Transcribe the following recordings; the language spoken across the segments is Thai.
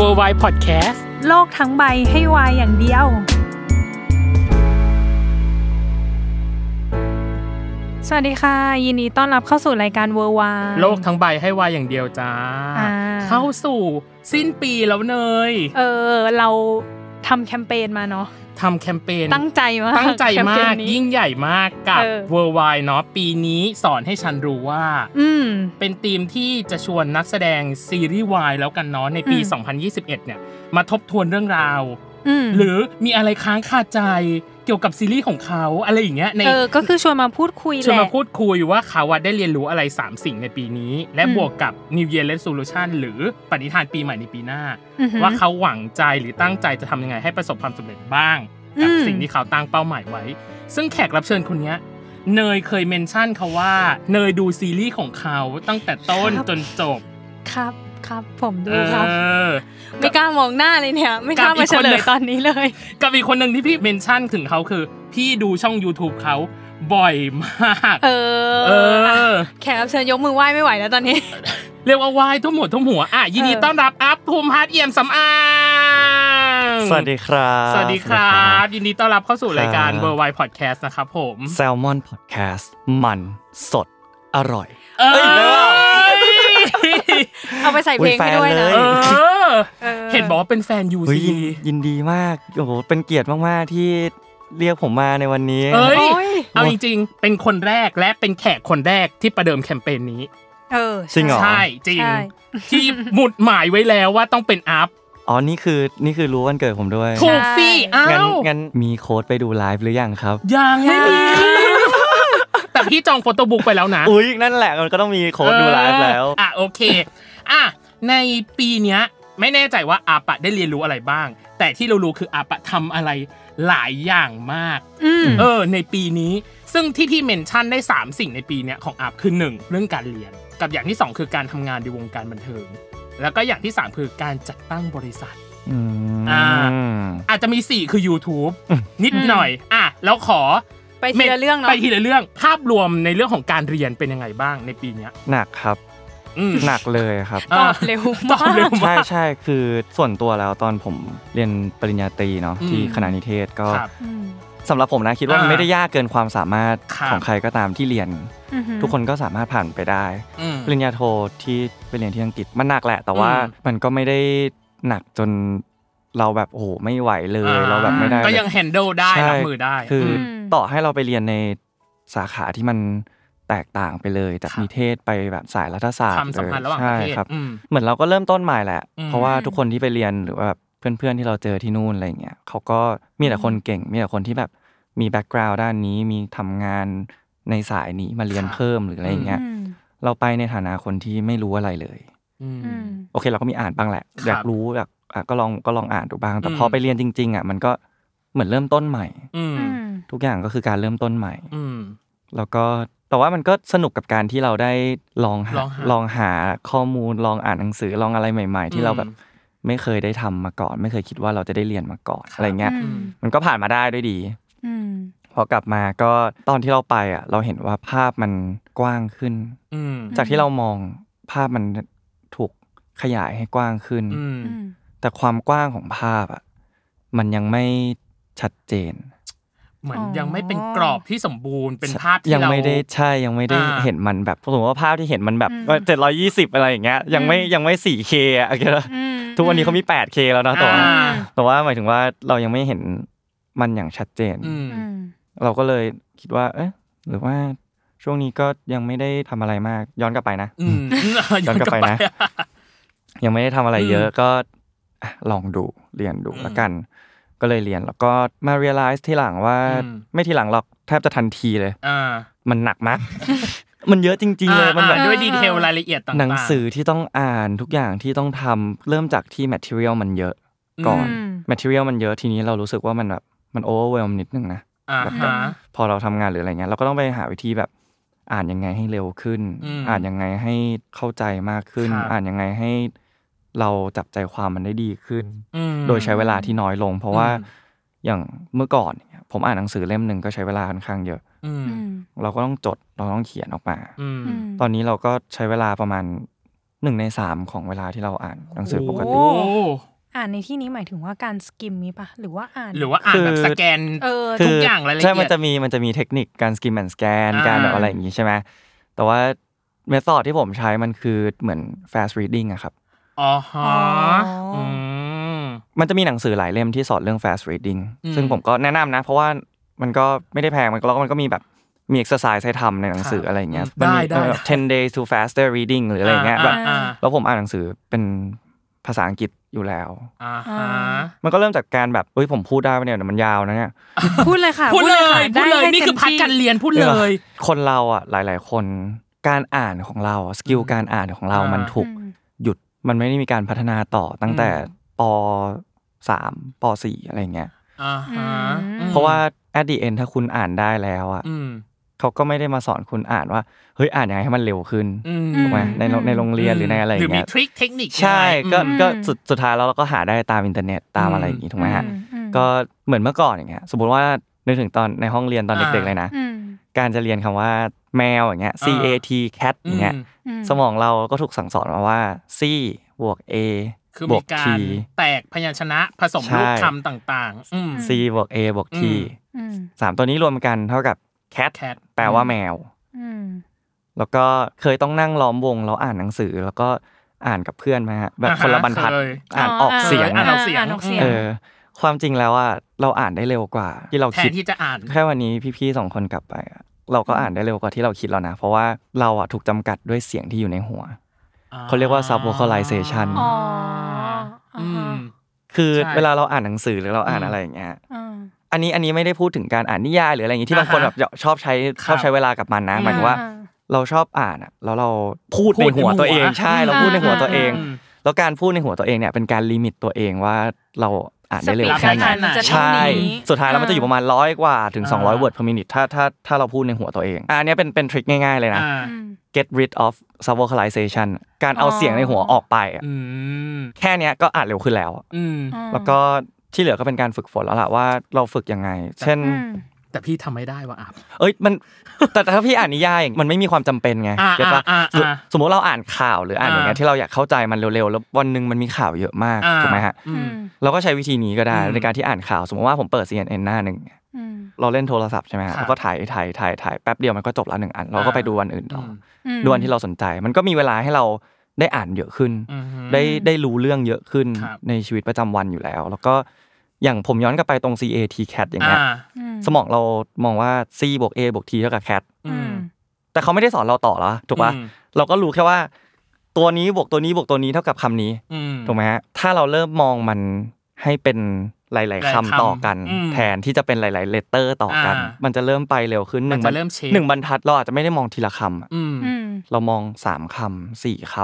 w o r l d w i d e Podcast โลกทั้งใบให้วายอย่างเดียว สวัสดีค่ะ ยินดีต้อนรับเข้าสู่รายการเวอร์วาย โลกทั้งใบให้วายอย่างเดียวจ้า อ่า เข้าสู่สิ้นปีแล้วเนย เออ เราทำแคมเปญมาเนาะ ทำแคมเปญ ตั้งใจมาก ตั้งใจ แคเป มา ญ ก นี้ ยิ่งใหญ่มากกับ เออ w o r l d w i d e เนาะปีนี้สอนให้ฉันรู้ว่า อืม เป็นทีมที่จะชวนนักแสดงซีรีส์วายแล้วกันเนาะในปี อืม 2021 เนี่ย มาทบทวนเรื่องราว อืม หรือมีอะไรค้างคาใจเกี่ยวกับซีรีส์ของเขาอะไรอย่างเงี้ยใน เออ ก็คือชวนมาพูดคุย ชวนแหมา ละ พูดคุยว่าเขาอะได้เรียนรู้อะไร 3 สิ่งในปีนี้ และ อืม บวกกับ New Year Resolution หรือปณิธานปีใหม่ในปีหน้า อือหือ ว่าเขาหวังใจหรือตั้งใจจะทำยังไงให้ประสบความสำเร็จบ้าง กับ อืม สิ่งที่เขาตั้งเป้าหมายไว้ ซึ่งแขกรับเชิญคนเนี้ยเนยเคยเมนชั่นเขาว่าเนยดูซีรีส์ของเขาตั้งแต่ต้นจนจบ ครับครับ ผม เอ ดูครับ อ ไม่กล้ามองหน้าเลยเนี่ย ไม่กล้า กับอี มาก เฉ คน ล หนึ่ ย ง ตอนนี้เลย กับอีกคนหนึ่งที่พี่เมนชั่นถึงเขาคือ พี่ดูช่อง YouTube เขาบ่อยมาก เออ เอ อ อ แขกรับเชิญยกมือไหว้ไม่ไหวแล้วตอนนี้ เรียกว่าวายทุ่มหัวทุ่มหัวอ่ะยินดี เออ ต้อนรับอัพภูมิพัฒน์เอี่ยมสำอาง สวัสดีครับ สวัสดีครับ ยินดีต้อนรับเข้าสู่รายการ ครับ เบอร์ไวพอดแคสต์นะครับผม แซลมอนพอดแคสต์มันสดอร่อย เอ้ย เอ้ย เอาไปใส่เพลงให้ด้วยนะ อุ๊ยแฟนเลย เออ ออ เห็นบอกว่าเป็นแฟนยู เฮ้ย ซี ยินยินดีมากโอ้โหเป็นเกียรติมาก ๆ ที่เรียกผมมาในวันนี้ เอ้ย โอ้ย เอาจริงๆ เป็นคนแรกและเป็นแขกคนแรกที่ประเดิมแคมเปญนี้ เออ จริงเหรอ ใช่จริง ใช่ ที่หมุดหมายไว้แล้วว่าต้องเป็นอัพ อ๋อนี่คือนี่คือรู้วันเกิดผมด้วย ถูกสิเอ้า งั้น ว งั้นมีโค้ดไปดูไลฟ์หรือยังครับ ยังไม่มี แต่พี่จองโฟโต้บุ๊กไปแล้วนะ อุ้ยนั่นแหละมันก็ต้องมีโค้ดดูไลฟ์แล้ว เอออ่ะโอเค อ่ะในปีเนี้ยไม่แน่ใจว่าอาปะได้เรียนรู้อะไรบ้าง แต่ที่เรารู้คืออาปะทำอะไรหลายอย่างมาก อืม เออ ในปีนี้ ซึ่งที่พี่เมนชั่นได้ 3 สิ่งในปีเนี้ยของอาปคือ 1 เรื่องการเรียน กับอย่างที่ 2 คือการทำงานในวงการบันเทิง แล้วก็อย่างที่ 3 คือการจัดตั้งบริษัท อืม อ่า อาจจะมี 4 คือ YouTube อืม นิด อืม หน่อย อ่ะแล้วขอ ไปทีละเรื่องเนาะ ไปทีละเรื่องภาพรวมในเรื่องของการเรียนเป็นยังไงบ้างในปีเนี้ย หนักครับ อืม หนักเลยครับ ตอบเร็ว ตอบเร็ว ใช่ มาก ใช่คือส่วนตัวแล้วตอนผมเรียนปริญญาตรีเนาะที่ อืม คณะนิเทศก็ ครับ อืม สำหรับผมนะคิดว่า อ่ามั มันไม่ได้ยากเกินความสามารถ ครับ ของใครก็ตามที่เรียน อือหือ ทุกคนก็สามารถผ่านไปได้ อืม ปริญญาโทที่ไปเรียนที่อังกฤษมันหนักแหละ แต่ว่า อืม มันก็ไม่ได้หนักจนเราแบบโอ้โหไม่ไหวเลยเราแบบไม่ได้ ก็ยัง เลย แฮนเดิลได้ ใช่ รับมือได้ คืออ ม ม ต่อให้เราไปเรียนในสาขาที่มันแตกต่างไปเลยจาก ครับ นิเทศไปแบบสายรัฐศาสต ค ร์ วามสัมพันธ์ระหว่างประ ใช่ เทศ ครับ อืม เหมือนเราก็เริ่มต้นใหม่แหละ อืม เพราะว่าทุกคนที่ไปเรียนหรือว่าแบบเพื่อนๆที่เราเจอที่นู่นอะไรเงี้ยเขาก็มีแต่คนเก่ง มีแต่คนที่แบบมีแบ็กกราวด์ด้านนี้มีทำงานในสายนี้มาเรียนเพิ่มหรืออะไรอย่างเงี้ย อืม เราไปในฐานะคนที่ไม่รู้อะไรเลย อืม อืม โอเคเราก็มีอ่านบ้างแหละ ครับ อยากรู้อยากอ่ะก็ลองก็ลองอ่านดูบ้าง แต่ อืม พอไปเรียนจริงๆอ่ะมันก็เหมือนเริ่มต้นใหม่ อืม อืม ทุกอย่างก็คือการเริ่มต้นใหม่ อืม แล้วก็แต่ว่ามันก็สนุกกับการที่เราได้ลองหา ลองหา ลองหาข้อมูลลองอ่านหนังสือลองอะไรใหม่ ๆ ที่เราแบบ อืม ไม่เคยได้ทำมาก่อน ไม่เคยคิดว่าเราจะได้เรียนมาก่อน ครับ อะไรเงี้ย อืม มันก็ผ่านมาได้ด้วยดี อืม พอกลับมาก็ตอนที่เราไปอ่ะเราเห็นว่าภาพมันกว้างขึ้น อืม ม จากที่เรามองภาพมันถูกขยายให้กว้างขึ้น อืม อืม แต่ความกว้างของภาพอ่ะมันยังไม่ชัดเจน เหมือน อ๋อ ยังไม่เป็นกรอบที่สมบูรณ์เป็นภาพที่ ยัง เรา ไม่ได้ใช่ยังไม่ได้ อ่า เห็นมันแบบสมมติว่าภาพที่เห็นมันแบบ อืม เจ็ดร้อยี่สิบอะไรอย่างเงี้ยยังไม่ อืม ยังไม่สี่เคอะโอเคแล้ว อืม ทุกวันนี้เขามีแปดเคแล้วนะแต่ว่า อ่า แต่ว่าหมายถึงว่าเรายังไม่เห็นมันอย่างชัดเจน อืม อืม เราก็เลยคิดว่า เอ๊ะหรือว่าช่วงนี้ก็ยังไม่ได้ทำอะไรมากย้อนกลับไปนะ อืมย้อนกลับไป ย้อนกลับไปนะ นะ ยังไม่ได้ทำอะไร อืม เยอะก็อ่ะลองดูเรียนดู อืม ละกัน ก็เลยเรียนแล้วก็มา realize ทีหลังว่า อืม ไม่ทีหลังหรอกแทบจะทันทีเลย อ่า มันหนัก มาก มันเยอะจริงๆเลย อ่า มันแบบ อ่าด้วยดีเทลรายละเอียดต่างๆ หนังสือที่ต้องอ่านทุกอย่างที่ต้องทำเริ่มจากที่ material มันเยอะก่อน อืม material มันเยอะทีนี้เรารู้สึกว่ามันแบบมัน overwhelm นิดนึงนะ อ่าฮะ พอเราทำงานหรืออะไรเงี้ยเราก็ต้องไปหาวิธีแบบอ่านยังไงให้เร็วขึ้น อืม อ่านยังไงให้เข้าใจมากขึ้น ครับ อ่านยังไงให้เราจับใจความมันได้ดีขึ้น อืม โดยใช้เวลาที่น้อยลง เพราะว่า อืม อย่างเมื่อก่อนเนี่ยผมอ่านหนังสือเล่มหนึ่งก็ใช้เวลาค่อนข้างเยอะ อืม อืม เราก็ต้องจดเราต้องเขียนออกมา อืม อืม ตอนนี้เราก็ใช้เวลาประมาณหนึ่งในสามของเวลาที่เราอ่านหนังสือปก โอ้ ติ อ่านในที่นี้หมายถึงว่าการสกิมนี้ปะหรือว่าอ่าน หรือว่าอ่านแบบสแกน เออ คื ทุกอย่างรายละเอียด ใช่มันจะมีมันจะมีเทคนิคการสกิมแอนสแกน อ่า การแบบอะไรอย่างนี้ใช่ไหมแต่ว่าเมธอดที่ผมใช้มันคือเหมือน fast reading อะครับ อ๋อฮะ อ๋ออื อืม มันจะมีหนังสือหลายเล่มที่สอนเรื่อง fast reading อืม ซึ่งผมก็แนะนำนะ เพราะว่ามันก็ไม่ได้แพงมันก็แล้วก็มันก็มีแบบมี exercise ให้ทำในหนังสือ ค่ะ อะไรอย่างเงี้ย อืม มันมี ได้ได้ แบบ10 days to faster reading หรืออะไรอย่างเงี้ยแบบ อ่าอ่า แล้วผมอ่านหนังสือเป็นภาษาอังกฤษอยู่แล้ว อ่าฮะ มันก็เริ่มจากการแบบเอ้ยผมพูดได้ปะเนี่ยเดี๋ยวมันยาวนะเนี่ย พูดเลยค่ะ พูดเลย ค่ะ พูดเลย ได้ให้ นี่คือ ต็ม พัด ที่ การเรียนพูดเลย คนเราอ่ะหลาย ๆ คนการอ่านของเราสกิลการอ่านของเรา อ่ามั มันถูก อืม หยุดมันไม่ได้มีการพัฒนาต่อตั้งแต่ อื ปสามปสี่อะไรเงี้ย อ่าฮะ อืม เพราะว่า at the end ถ้าคุณอ่านได้แล้วอ่ะ อืม เขาก็ไม่ได้มาสอนคุณอ่านว่าเฮ้ยอ่านยังไงให้มันเร็วขึ้น อืม ถูกไหมในโรงในโรงเรียนหรือในอะไรอ หรื ย่า อง มี เงี้ย ทริคเทคนิคยังไง ใช่ก็ อืม ก็สุดสุดท้ายแล้วเราก็หาได้ตามอินเทอร์เน็ตตามอะไรอย่างงี้ถูกไหมฮะ อือืม ก็เหมือนเมื่อก่อนอย่างเงี้ยสมมติว่านึกถึงตอนในห้องเรียนตอน อ่า เด็ก ๆ เลยนะ อืม การจะเรียนคำว่าแมวอย่างเงี้ย C A T cat อย่างเงี้ย อืม อืม สมองเราก็ถูกสั่งสอนมาว่า C บวก A คือบมีวก T การแตกพยัญชนะผสม ใช่ รูปคำต่างๆ อืม C บวก A บวก T อืม อืม สามตัวนี้รวมกันเท่ากับ cat แคท แปลว่าแมว อืม แล้วก็เคยต้องนั่งล้อมวงแล้วอ่านหนังสือ แล้วก็อ่านกับเพื่อนไหมาฮะแบบ อ่าฮะ คนละบรรทัด เคย อ่าน อ๋อ ออกเสียง อ่าน อะ ออกเสียง านออกเสียง เออความจริงแล้วอ่ะเราอ่านได้เร็วกว่า ที่เรา แท คิ น ด ที่จะอ่าน แค่วันนี้พี่ๆสองคนกลับไปอะเราก็อ่านได้เร็วกว่าที่เราคิดแล้วนะ เพราะว่าเราอ่ะถูกจำกัดด้วยเสียงที่อยู่ในหัว เขาเรียกว่า subvocalization อ๋ออ่า อื ฮะ ม คือ ใช่ เวลาเราอ่านหนังสือหรือเราอ่าน อืม อะไรอย่างเงี้ย อ่า อันนี้อันนี้ไม่ได้พูดถึงการอ่านนิยายหรืออะไรอย่างงี้ที่บางคน อ่า แบ ฮะ บชอบใช้ ครับ ชอบใช้เวลากับมันนะหมายถึงว่า อ่า เราชอบอ่านอะแล้วเราพูด พู ใน ดใน หัวตัว หัว เองใช่ อืม เราพูดในหัวตัวเอง อืม แล้วการพูดในหัวตัวเองเนี่ยเป็นการลิมิตตัวเองว่าเราอ่านได้เร็ว สปีด แค่ไหน การอ่านมันจะเท่า ใช่ นี้ สุดท้ายแล้วมันจะอยู่ประมาณร้อยกว่าถึง อ่า 200 word per minute ถ้าถ้าถ้าเราพูดในหัวตัวเองอะอันเนี้ยเป็นเป็นทริคง่ายๆเลยนะ อ่า อืม get rid of subvocalization การเอา อ๋อ เสียงในหัวออกไปอะ อืม แค่เนี้ยก็อ่านเร็วขึ้นแล้ว อืม อ่า แล้วก็ที่เหลือก็เป็นการฝึกฝนแล้วล่ะว่าเราฝึกยังไง เช่น อืม แต่พี่ทำไม่ได้ว่ะอับ เอ้ยมัน แต่ถ้าพี่อ่านนิยายอย่างมันไม่มีความจำเป็นไง อ่า เก็ตปะ อ่าอ่า สมสมมติเราอ่านข่าวหรืออ่านอย่างเงี้ย อ่า ที่เราอยากเข้าใจมันเร็วๆ แล้ววันหนึ่งมันมีข่าวเยอะมาก อ่า ถูกไหมฮะ อืม เราก็ใช้วิธีนี้ก็ได้ อืม ในการที่อ่านข่าว สมมติว่าผมเปิด CNN หน้าหนึ่ง อืม เราเล่นโทรศัพท์ใช่ไหม ครั ฮะ บ เราก็ถ่ายถ่ายถ่ายถ่ายแป๊บเดียวมันก็จบละหนึ่งอัน เราก็ อ่า ไปดูวันอื่นต่อ อืม ดูอันที่เราสนใจ มันก็มีเวลาให้เราได้อ่านเยอะขึ้น อืม ได้ได้รู้เรื่องเยอะขึ้น ครับ ในชีวิตประจำวันอยู่แล้ว แล้วก็อย่างผมย้อนกลับไปตรง CAT cat อย่างเงี้ย อ่า อื สมองเรามองว่า c บวก a บวก t เท่ากับ cat อื อื ม ม แต่เขาไม่ได้สอนเราต่อแล้วถูกปะ อืม เราก็รู้แค่ว่า ตัวนี้บวกตัวนี้บวกตัวนี้เท่ากับคำนี้ อืม ถูกไหมฮะถ้าเราเริ่มมองมันให้เป็นหหลา ลาย ย ๆ ๆ คำ คำต่อกัน อืม แทนที่จะเป็นหลาย ๆ เลตเตอร์ต่อกัน อ่ามั มันจะเริ่มไปเร็วขึ้นหนึ่ง มันจะเริ่มเชฟ หนึ่งบรรทัดเราอาจจะไม่ได้มองทีละคำอะ อืม อืม เรามองสามคำสี่ค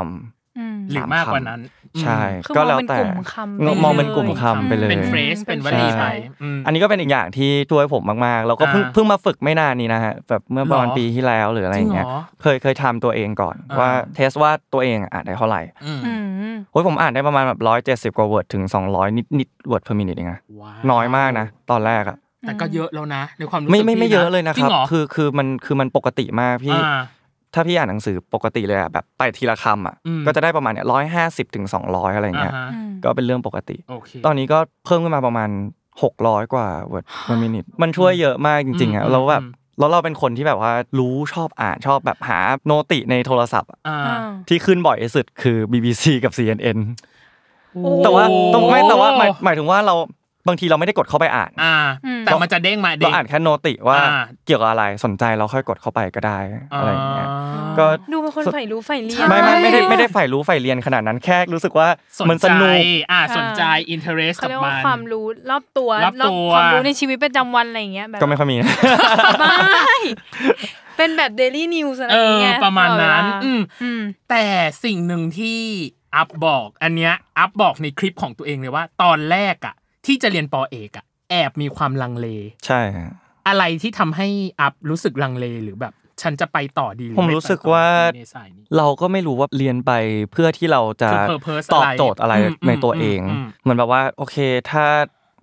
อืม ห ำ รือ ส มาก คำ กว่านั้น ใช่ คือ ก็แล้วแต่ มองเป็นกลุ่มคำไป มองเป็นกลุ่ม เลย คำไปเลย เป็น อืม เฟรชเป็นวลีไปอืม อันนี้ก็เป็นอีกอย่างที่ช่วยผมมาก ๆ แล้วก็เพิ่ง อ่า เพิ่งมาฝึกไม่นานนี้นะฮะแบบเมื่อประมาณ หรอ ปีที่แล้วหรืออะไรอย่างเงี้ย จริงเหรอ เคยเคยทำตัวเองก่อน อ่า ว่าเทสว่าตัวเองอ่านได้เท่าไหร่ อืม อืม โอ้ยผมอ่านได้ประมาณแบบร้อยเจ็ดสิบ170 กว่า word ถึง 200 นิดนิด word per minute เองนะ ว้าว น้อยมากนะ ตอนแรกอะ แต่ก็เยอะแล้วนะในความรู้สึก ไม่ไม่ไม่ พี่ เยอะเลยนะ จ ครับ งหอ คือคือมันคือมันปกติมากพี่ อ่า ถ้าพี่อ่านหนังสือปกติเลยอะแบบไปทีละคำอะ อืม ก็จะได้ประมาณเนี่ยร้อยห้าสิบถึงสองร้อยอะไรเงี้ย อ่าฮะ ก็เป็นเรื่องปกติ โอเค ตอนนี้ก็เพิ่มขึ้นมาประมาณ 600 กว่า word per minute มันช่วยเยอะมากจริงๆอะ อืม เราแบบ อืม แล้วเราเป็นคนที่แบบว่ารู้ชอบอ่านชอบแบบหาโนติในโทรศัพท์อะ อ่า อ้าว ที่ขึ้นบ่อยที่สุดคือ BBC กับ CNN โอ้ แต่ว่าต้องไม่แต่ว่าหมาย โอ้ หมายถึงว่าเราบางทีเราไม่ได้กดเข้าไปอ่าน อ่า อืม แต่มันจะเด้งมาเด้ เรา ง อ่านแค่โนติว่า อ่า เกี่ยวกับอะไรสนใจเราค่อยกดเข้าไปก็ได้อะไรอย่างเงี้ย ก็ ดูเป็นคนใฝ่รู้ใฝ่เรีย ใช่ น ไม่ไม่ไม่ได้ไม่ได้ใฝ่รู้ใฝ่เรียนขนาดนั้นแค่รู้สึกว่า สน มันส ใจ นุก อ่า อ่า สนใจ interest เขา กับ เรียก มั ว่าน ความรู้รอบตัว รอบตัว ความรู้ในชีวิตประจำวันอะไรอย่างเงี้ยแบบ ก็ไม่ค่อยมี ไม่เป็นแบบเดลี่นิวส์อะไร เอ อย่า อง เงี้ย ประมาณนั้น ตลอดเวลา อืม อืม แต่สิ่งหนึ่งที่อัพบอก อันเนี้ยอัพบอกในคลิปของตัวเองเลยว่า ตอนแรกอะที่จะเรียนปอเอกอะแอบมีความลังเล ใช่ฮะ อะไรที่ทำให้อัพรู้สึกลังเลหรือแบบ ฉันจะไปต่อดีหอ ผมรู้สึกว่า ไม่ไปต่อดีในสายนี้ เราก็ไม่รู้ว่าเรียนไปเพื่อที่เราจะ คือ purpose ตอบโจทย์อะไร อะไรอืม ในตัวเอง อืมอืม เหมือนแบบว่าโอเคถ้า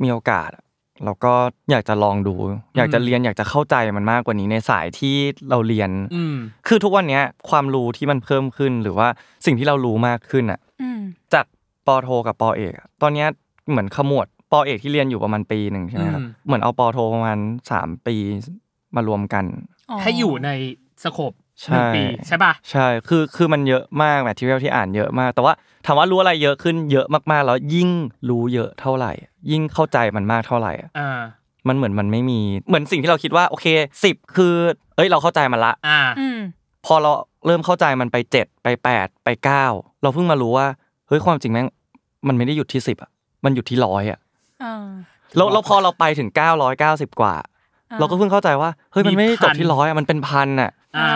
มีโอกาสอะเราก็อยากจะลองดู อยากจะเรียนอยากจะเข้าใจมันมากกว่านี้ในสายที่เราเรียน อืม คือทุกวันเนี้ยความรู้ที่มันเพิ่มขึ้นหรือว่าสิ่งที่เรารู้มากขึ้นอ่ะ อืม จากปอโทกับปอเอกอะตอนเนี้ยเหมือนขมวดปอเอกที่เรียนอยู่ประมาณปีหนึ่งใช่ไหมครับ อืม เหมือนเอาปอโทประมาณสามปีมารวมกัน ให้อยู่ในสโคปหนึ่ง ใช่ ปีใช่ป่ะ ใช่คือคือมันเยอะมากแมทเทียลที่อ่านเยอะมาก แต่ว่าถามว่ารู้อะไรเยอะขึ้นเยอะมากๆ แล้วยิ่งรู้เยอะเท่าไหร่ ยิ่งเข้าใจมันมากเท่าไหร่อะ อ่า มันเหมือนมันไม่มีเหมือนสิ่งที่เราคิดว่าโอเคสิบคือ เอ้ยเราเข้าใจมันละ อ่า อืม พอเราเริ่มเข้าใจมันไปเจ็ดไปแปดไปเก้าเราเพิ่งมารู้ว่าเฮ้ยความจริงแม่งมันไม่ได้หยุดที่สิบอ่ะมันหยุดที่ร้อยอ่ะ อ่า แล้วแล้วพอเราไปถึง 990 กว่า อ่า เราก็เพิ่งเข้าใจว่าเฮ้ยมันไม่ได้จบที่ มีพัน ร้อยอะมันเป็นพันอ่ะ อ่า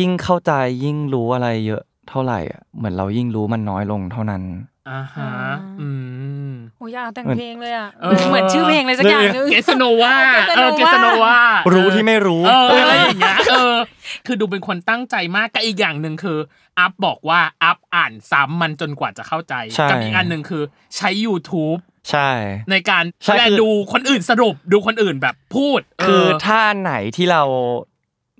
ยิ่งเข้าใจยิ่งรู้อะไรเยอะเท่าไหร่อ่ะเหมือนเรายิ่งรู้มันน้อยลงเท่านั้น อ่าฮะ อืม โอ้ยอยากแต่ง เหมือน เพลงเลยอ่ะ เออ เหมือนชื่อเพลงเลยสักอย่างหนึง เกสโนวาเออ เกสโนวา รู้ที่ไม่รู้ เอออะไรอย่างเงี้ยเออ คือดูเป็นคนตั้งใจมากกับอีกอย่างหนึ่งคือ อัพบอกว่าอัพอ่านซ้ำมันจนกว่าจะเข้าใจ ใช่ กัอีกอันหนึ่งคือใช้ YouTube ใช่ ในการ ใช่คือ และดูคนอื่นสรุปดูคนอื่นแบบพูดเ คือถ้าอันไหนที่เรา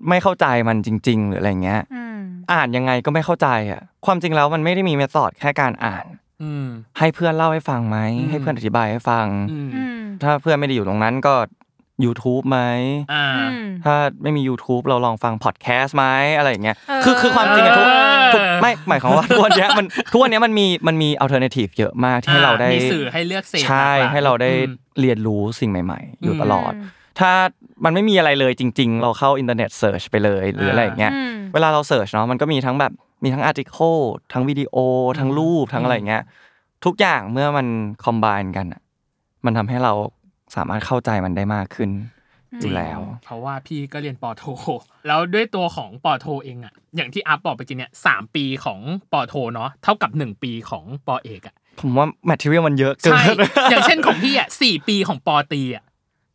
ไม่เข้าใจมันจริง ๆ หรืออะไรเงี้ย อืม อ่านยังไงก็ไม่เข้าใจอ่ะความจริงแล้วมันไม่ได้มีเมธอดแค่การอ่าน อืม ให้เพื่อนเล่าให้ฟังไหม อืม ให้เพื่อนอธิบายให้ฟัง อืม อืม ถ้าเพื่อนไม่ได้อยู่ตรงนั้นก็ YouTube ไหม อ่า อืม ถ้าไม่มี YouTube เราลองฟังพอดแคสต์ไหมอะไรอย่างเงี้ย เออ คือคือความจริงอะทุก เออ ทุกไม่หมายความว่า ทุกวันเนี้ยมันทุกวันเนี้ยมันมีมันมีอัลเทอร์เนทีฟเยอะมากที่ให้เราได้ มีสื่อให้เลือกเสพ ใช่ มกลย ให้เราได้ อืม เรียนรู้สิ่งใหม่ ๆ อยู่ อืม ตลอด ถ้ามันไม่มีอะไรเลยจริง ๆ เราเข้าอินเทอร์เน็ตเสิร์ชไปเลยหรืออะไรอย่างเงี้ย อืม เวลาเราเสิร์ชเนาะมันก็มีทั้งแบบมีทั้งอาร์ติเคิลทั้งวิดีโอ ทั้งรูปทั้งอะไรอย่างเงี้ยทุกอย่างเมื่อมันคอมบ n e กันอะมันทำให้เราสามารถเข้าใจมันได้มากขึ้นอยู่แล้ว เพราะว่าพี่ก็เรียนปอโท แล้วด้วยตัวของปอโทเองอะอย่างที่อัพบอกไปจีเนี่ยสามปีของปอโทเนาะเท่ากับหนึ่งปีของปอเอกอะ ผมว่าแมทเทียลมันเยอะเกิน ใช่ อย่างเช่นของพี่อะสี่ปีของปอตรีอะ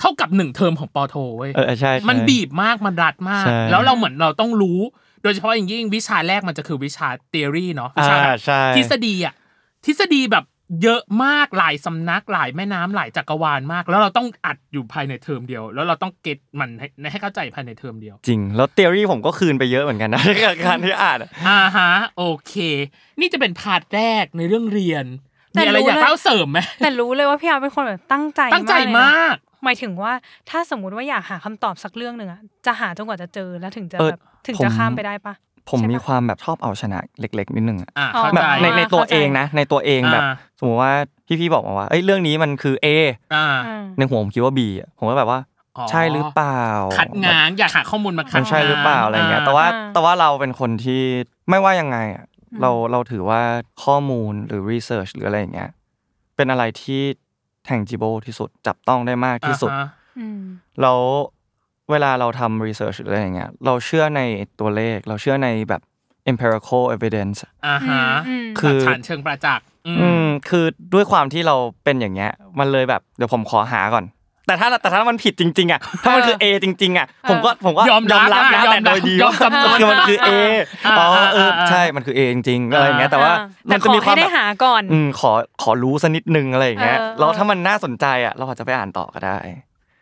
เท่ากับหนึ่งเทอมของปอโทเว้ย เออใช่ใช่ มันบีบมากมันรัดมาก ใช่ แล้วเราเหมือนเราต้องรู้ โดยเฉพาะอย่างยิ่งวิชาแรกมันจะคือวิชา t h e o r y เนาะวิ อ่า ชาแบบ ใช่ ทฤษฎีอะทฤษฎีแบบเยอะมากหลายสำนักหลายแม่น้ำหลายจักรวาลมาก แล้วเราต้องอัดอยู่ภายในเทอมเดียว แล้วเราต้องเก็ตมันให้ให้เข้าใจภายในเทอมเดียว จริง แล้วเทอรี่ผมก็คืนไปเยอะเหมือนกันนะ กับการที่อ่านอะ อ่าฮะโอเค นี่จะเป็นพาร์ทแรกในเรื่องเรียน แต่ มีอะไร รู้ อยาก เลย เล่าเสริมไหม แต่รู้เลยว่าพี่อาร์ตเป็นคนแบบตั้งใจ ตั้งใจ เลยนะ มาก หมายถึงว่าถ้าสมมติว่าอยากหาคำตอบสักเรื่องหนึ่งอะจะหาจนกว่าจะเจอแล้วถึงจะแบบถึงจะข้ามไปได้ปะ ผม ใช่ปะ มีความแบบชอบเอาชนะเล็ก ๆ นิดนึงอะ อ่าเข้า แบบ ใจ ในในตัว เข้าใจ เองนะ ในตัวเองแบบ อ่า สมมติว่าพี่ๆบอกมาว่าเอ้ยเรื่องนี้มันคือ A อ่า อืม ในหัวผมคิดว่า B อะผมก็แบบว่า อ๋ ใช่หรือเปล่า คัดง้างอยากหาข้อมูลมาคั มั ด นใช่หรือเปล่าอะไรเงี้ย แต่ว่า อ่า แต่ว่าเราเป็นคนที่ไม่ว่ายังไงอะ อืม เราเราถือว่าข้อมูลหรือรีเสิร์ชหรืออะไรอย่างเงี้ยเป็นอะไรที่ tangible ที่สุดจับต้องได้มากที่สุด อ่าฮะ อืม แล้วเวลาเราทำ research หรืออะไรอย่างเงี้ยเราเชื่อในตัวเลข เราเชื่อในแบบ empirical evidence อ่าฮะ อืม คืหอลักฐานเชิงประจักษ์อืม อืมคือด้วยความที่เราเป็นอย่างเงี้ย มันเลยแบบเดี๋ยวผมขอหาก่อน แต่ถ้าแต่ถ้ามันผิดจริง ๆ อ่ะ ถ้ามันคือ A จริง ๆ อ่ะ ผมก็ผมก็ ยอมรับ นะ อ่ แต่โดยดี ยอม ว่า จำนวน คือมันคือ A อ่า อ๋อเออ อ่า ใช่มันคือ A จริงๆอะไรอย่างเงี้ยแต่ว่า อ่ มั แต่ น ข จะ อ มีควา ให้ มแบ ได้ บ หาก่อน อืมขอขอรู้สักนิดนึงอะไรอย่างเงี้ย เออเออ แล้วถ้ามันน่าสนใจอ่ะเราอาจจะไปอ่านต่อก็ได้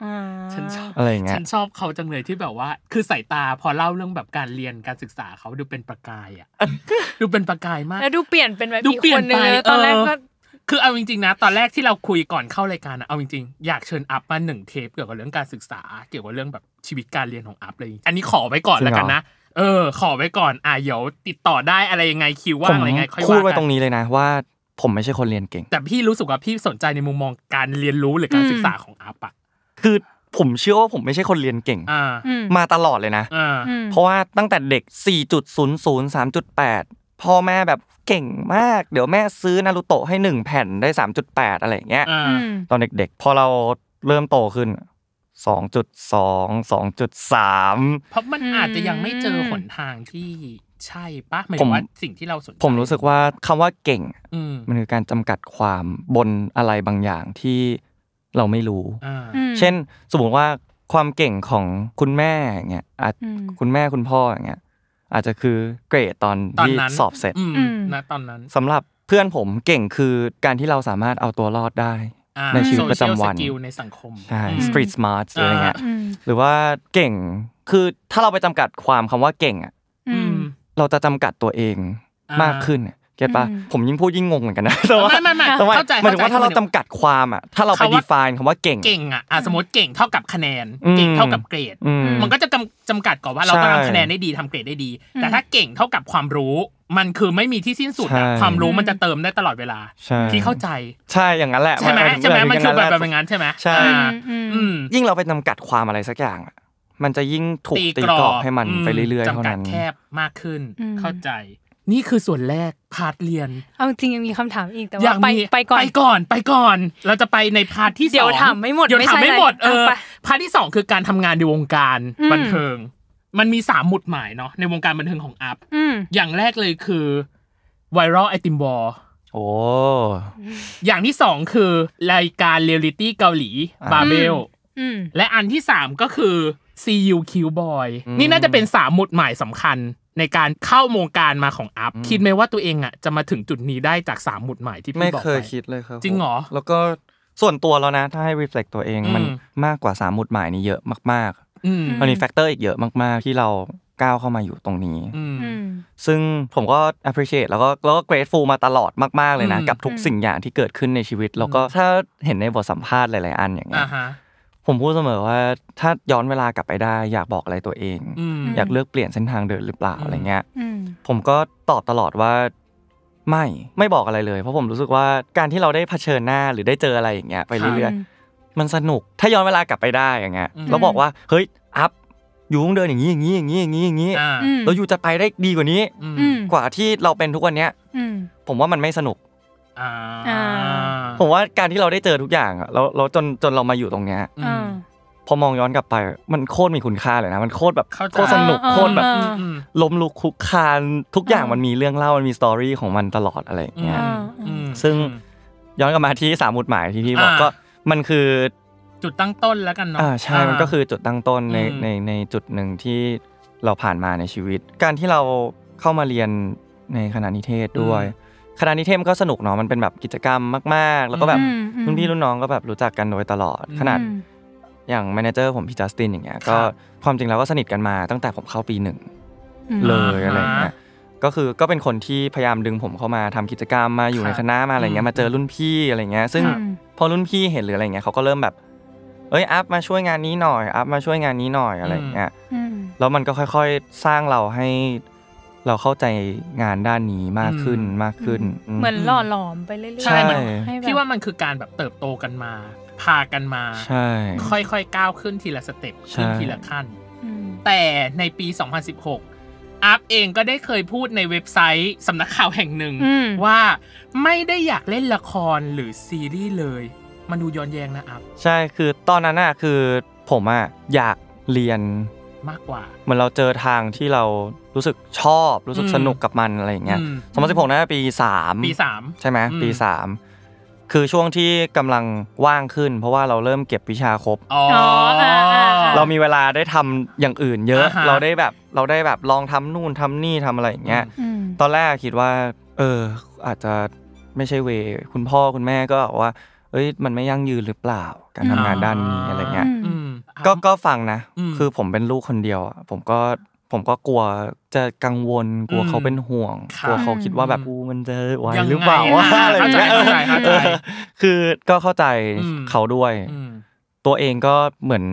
อ่า ฉันชอบ อะไรอย่างเงี้ ฉั ย นชอบเขาจังเลยที่แบบว่า คือสายตาพอเล่าเรื่องแบบการเรียนการศึกษา เขาดูเป็นประกายอะ ดูเป็นประกายมาก แล้วดูเปลี่ยนเป็นแบบ ดู อีก เปลี่ย คน นนึง ไป เลยตอนแรก เออ ก็ คือเอาจริงๆนะ ตอนแรกที่เราคุยก่อนเข้ารายการนะเอาจริงๆ อยากเชิญอัพมาหนึ่งเทปเกี่ยวกับเรื่องการศึกษา เกี่ยวกับเรื่องแบบชีวิตการเรียนของอัพเลย อันนี้ขอไว้ก่อน จริง แล้ว เหรอ กันนะ เออ ขอไว้ก่อน อ่ะเดี๋ยวติดต่อได้อะไรยังไงคิว ผ ว่าง ม อะไรยังไงค่อย พูดไว้ ว่า ตร กั ง น นี้เลยนะว่าผมไม่ใช่คนเรียนเก่ง แต่พี่รู้สึกว่าพี่สนใจในมุมมองการเรียนรู้หรือการศึกษาของอัพอะ คือผมเชื่อว่าผมไม่ใช่คนเรียนเก่ง อ่า อืม มาตลอดเลยนะ อ่า อืม เพราะว่าตั้งแต่เด็ก 4.00 3.8 พ่อแม่แบบเก่งมาก เดี๋ยวแม่ซื้อนารูโตะให้ 1 แผ่นได้ 3.8 อะไรอย่างเงี้ย อ่า อืม ตอนเด็กๆ พอเราเริ่มโตขึ้น 2.2 2.3 เพราะมัน อืม อาจจะยังไม่เจอหนทางที่ใช่ปะหมายถึ ผม งว่าสิ่งที่เราสนใจ ผมรู้สึกว่าคำว่าเก่ง อืม มันคือการจำกัดความบนอะไรบางอย่างที่เราไม่รู้ อ่า อืม เช่น สมมติว่าความเก่งของคุณแม่อย่างเงี้ยอาจ อืม คุณแม่คุณพ่ออย่างเงี้ยอาจจะคือเกรดตอน ตอน ที่ นั้น สอบเสร็จ อืม อืม นะตอนนั้น สำหรับเพื่อนผมเก่งคือการที่เราสามารถเอาตัวรอดได้ อ่า ในชีวิตประจำวัน social skill ในสังคม ใช่ อืม street smart หรืออะไรเงี้ย อืม หรือว่าเก่งคือถ้าเราไปจำกัดความคำว่าเก่งอ่ะ อื อื ม ม เราจะจำกัดตัวเอง อ่าม มากขึ้นอะเก็ตปะ อืม ผมยิ่งพูดยิ่งงงเหมือนกันนะ แต่ว่า ไม่ไม่ไม่ แต่ว่า เข้าใจ หมายถึงว่าถ้าเราจำกัดความอ่ะถ้าเราไป define คำว่าเก่ง เก่งอ่ะอ่ะสมมติเก่งเท่ากับคะแนน อืม เก่งเท่ากับเกรด อืม มันก็จะกำจำกัดก่อนว่าเรา ใช่ ต้องทำคะแนนได้ดีทำเกรดได้ดี อืม แต่ถ้าเก่งเท่ากับความรู้ มันคือไม่มีที่สิ้นสุดอะ ใช่ ความรู้มันจะเติมได้ตลอดเวลา ใช่ ที่เข้าใจ ใช่อย่างนั้นแหละ ใช่ไหม น ใช่ไหม ย่าง มันคือแบบแบบ หละ นั้นใช่ไหม ใช่ อ่า อืม อืม ยิ่งเราไปจำกัดความอะไรสักอย่างอะมันจะยิ่งถูกตีกรอบให้มันไปเรื่อยๆ จำ เท่า กัด นั้น แคบมากขึ้น อืม เข้าใจ นี่คือส่วนแรกพาร์ทเรียน เอาจริงยังมีคำถามอีกแต่ว่ายอาก ไป มี ไปก่อน ไปก่อนไปก่อน เราจะไปในพาร์ทที่สอง เดี๋ยวถามไม่หมด เดี๋ยว ไม่ ถาม ใช่ ไม่หมด อะไร เออ เอาไป พาร์ทที่สองคือการทำงานในวงการ อืม บันเทิง มันมีสามหมุดหมายเนาะในวงการบันเทิงของอัพ อืม อย่างแรกเลยคือไวรัลไอติมบอล โอ้ อย่างที่สองคือรายการเรียลลิตี้เกาหลี อ่า บาเบล อืม และอันที่ 3 ก็คือ CUQ Boy อืม นี่น่าจะเป็นสามหมุดหมายสำคัญในการเข้าวงการมาของอัพ อืม คิดไหมว่าตัวเองอ่ะจะมาถึงจุดนี้ได้จากสามหมุดหมายที่ ไม่ พี่บอก เคย ไป คิดเลยครับ จริงเหรอ ผมแล้วก็ส่วนตัวแล้วนะ ถ้าให้ reflect ตัวเอง อืม มันมากกว่าสามหมุดหมายนี้เยอะมาก อืม ๆมันมีแฟกเตอร์อีกเยอะมาก ๆ ที่เราก้าวเข้ามาอยู่ตรงนี้ อืม อืม ซึ่งผมก็ appreciate แล้วก็แล้วก็ grateful มาตลอดมาก ๆ เลยนะ อืม กับทุกสิ่งอย่างที่เกิดขึ้นในชีวิต แล้วก็ถ้าเห็นในบทสัมภาษณ์หลายๆ อันอย่างเงี้ อ่าย ฮะ ผมพูดเสมอว่าถ้าย้อนเวลากลับไปได้ อยากบอกอะไรตัวเอง อืม อยากเลือกเปลี่ยนเส้นทางเดินหรือเปล่า อืม อะไรเงี้ย อืม ผมก็ตอบตลอดว่าไม่ไม่บอกอะไรเลย เพราะผมรู้สึกว่าการที่เราได้เผชิญหน้าหรือได้เจออะไรอย่างเงี้ยไปเรื่อยๆมันสนุกถ้าย้อนเวลากลับไปได้อย่างเงี้ย อืม แล้วบอกว่าเฮ้ยอัพอยู่ต้องเดินอย่างนี้อย่างนี้อย่างนี้อย่างนี้อย่างนี้ อ่า อืม แล้วอยู่จะไปได้ดีกว่านี้ อืม อืม กว่าที่เราเป็นทุกวันเนี้ย อืม ผมว่ามันไม่สนุก อ่า อ่า ผมว่าการที่เราได้เจอทุกอย่างอะแล้วแล้วจนจนเรามาอยู่ตรงเนี้ย อื อ่า ม พอมองย้อนกลับไปมันโคตรมีคุณค่าเลยนะมันโคตรแบบ เข้าใจ โคตรสนุก อ่า โคตรแบบ อืมอืม ล้มลุกคลุกคลานทุกอย่าง อ่ามั มันมีเรื่องเล่ามันมีสตอรี่ของมันตลอดอะไรอย่างเงี้ย อ่า อืม ซึ่ง ย้อนกลับมาที่สามหมุดหมายที่พี่บอก อ่า ก็มันคือ จุดตั้งต้นแล้วกันเนาะ อ่าใช่มันก็คือจุดตั้งต้นใน อืม ในในจุดหนึ่งที่เราผ่านมาในชีวิต การที่เราเข้ามาเรียนในคณะนิเทศด้วย คณะนิเทศมันก็สนุกเนาะมันเป็นแบบกิจกรรมมาก ๆ แล้วก็แบบ อืมอืม รุ่นพี่รุ่นน้องก็แบบรู้จักกันโดยตลอดขนาด อย่างแมเนเจอร์ผมพี่จัสตินอย่างเงี้ยก็ ครับ ความจริงแล้วก็สนิทกันมาตั้งแต่ผมเข้าปีหนึ่ง อืม เลย อ่าฮะ อะไรอย่างเงี้ยก็คือก็เป็นคนที่พยายามดึงผมเข้ามาทำกิจกรรมมาอยู่ ครั ใน บ คณะมาอะไรเงี้ยมาเจอรุ่นพี่อะไรเงี้ยซึ่ง ครับ พอรุ่นพี่เห็นหรืออะไรเงี้ยเขาก็เริ่มแบบเอ้ยอัพมาช่วยงานนี้หน่อยอัพมาช่วยงานนี้หน่อยอะไรอย่างเงี้ย อืม แล้วมันก็ค่อยๆสร้างเราให้เราเข้าใจงานด้านนี้มากขึ้นมากขึ้น เหมือนหล่อหลอมไปเรื่อยๆ ใช่มัน ให้แบบ พี่ว่ามันคือการแบบเติบโตกันมา พากันมา ใช่ ค่อยๆก้าวขึ้นทีละสเต็ปขึ้น ใช่ ทีละขั้น อืม แต่ในปี 2016 อัพเองก็ได้เคยพูดในเว็บไซต์สำนักข่าวแห่งหนึ่ง อืม ว่าไม่ได้อยากเล่นละครหรือซีรีส์เลย มันดูย้อนแยงนะอัพ ใช่คือตอนนั้นน่ะคือผมอ่ะอยากเรียน มากกว่า เหมือนเราเจอทางที่เรารู้สึกชอบรู้สึก อืม สนุกกับมันอะไรอย่างเงี้ย อืม สองพันสิบหกน่าจะปีสาม ปีสาม ใช่ไหม อืม ปีสามคือช่วงที่กำลังว่างขึ้น เพราะว่าเราเริ่มเก็บวิชาครบ อ๋อ อ่าอ่าอ่า เรามีเวลาได้ทำอย่างอื่น เยอะ อ่าฮะ เราได้แบบเราได้แบบลองทำนู่นทำนี่ทำอะไรอย่างเงี้ย อืม อืม ตอนแรกคิดว่า เออ อาจจะไม่ใช่เวคุณพ่อคุณแม่ก็บอกว่า เอ้ยมันไม่ยั่งยืนหรือเปล่า การทำงานด้านนี้อะไรเงี้ย อืม อืม ก็ก็ฟังนะ อืม คือผมเป็นลูกคนเดียวอ่ะผมก็ ผมก็กลัวจะกังวลกลัวเขาเป็นห่วง ครับกลัวเขาคิดว่าแบบ อืม อูมันจะไหว ยังไง หรือเปล่าว่า อ่ะ อะไรอย่างเงี้ย เข้าใจเข้าใจ เออคือก็เข้าใจ อืม เขาด้วย อืม ตัวเองก็เหมือน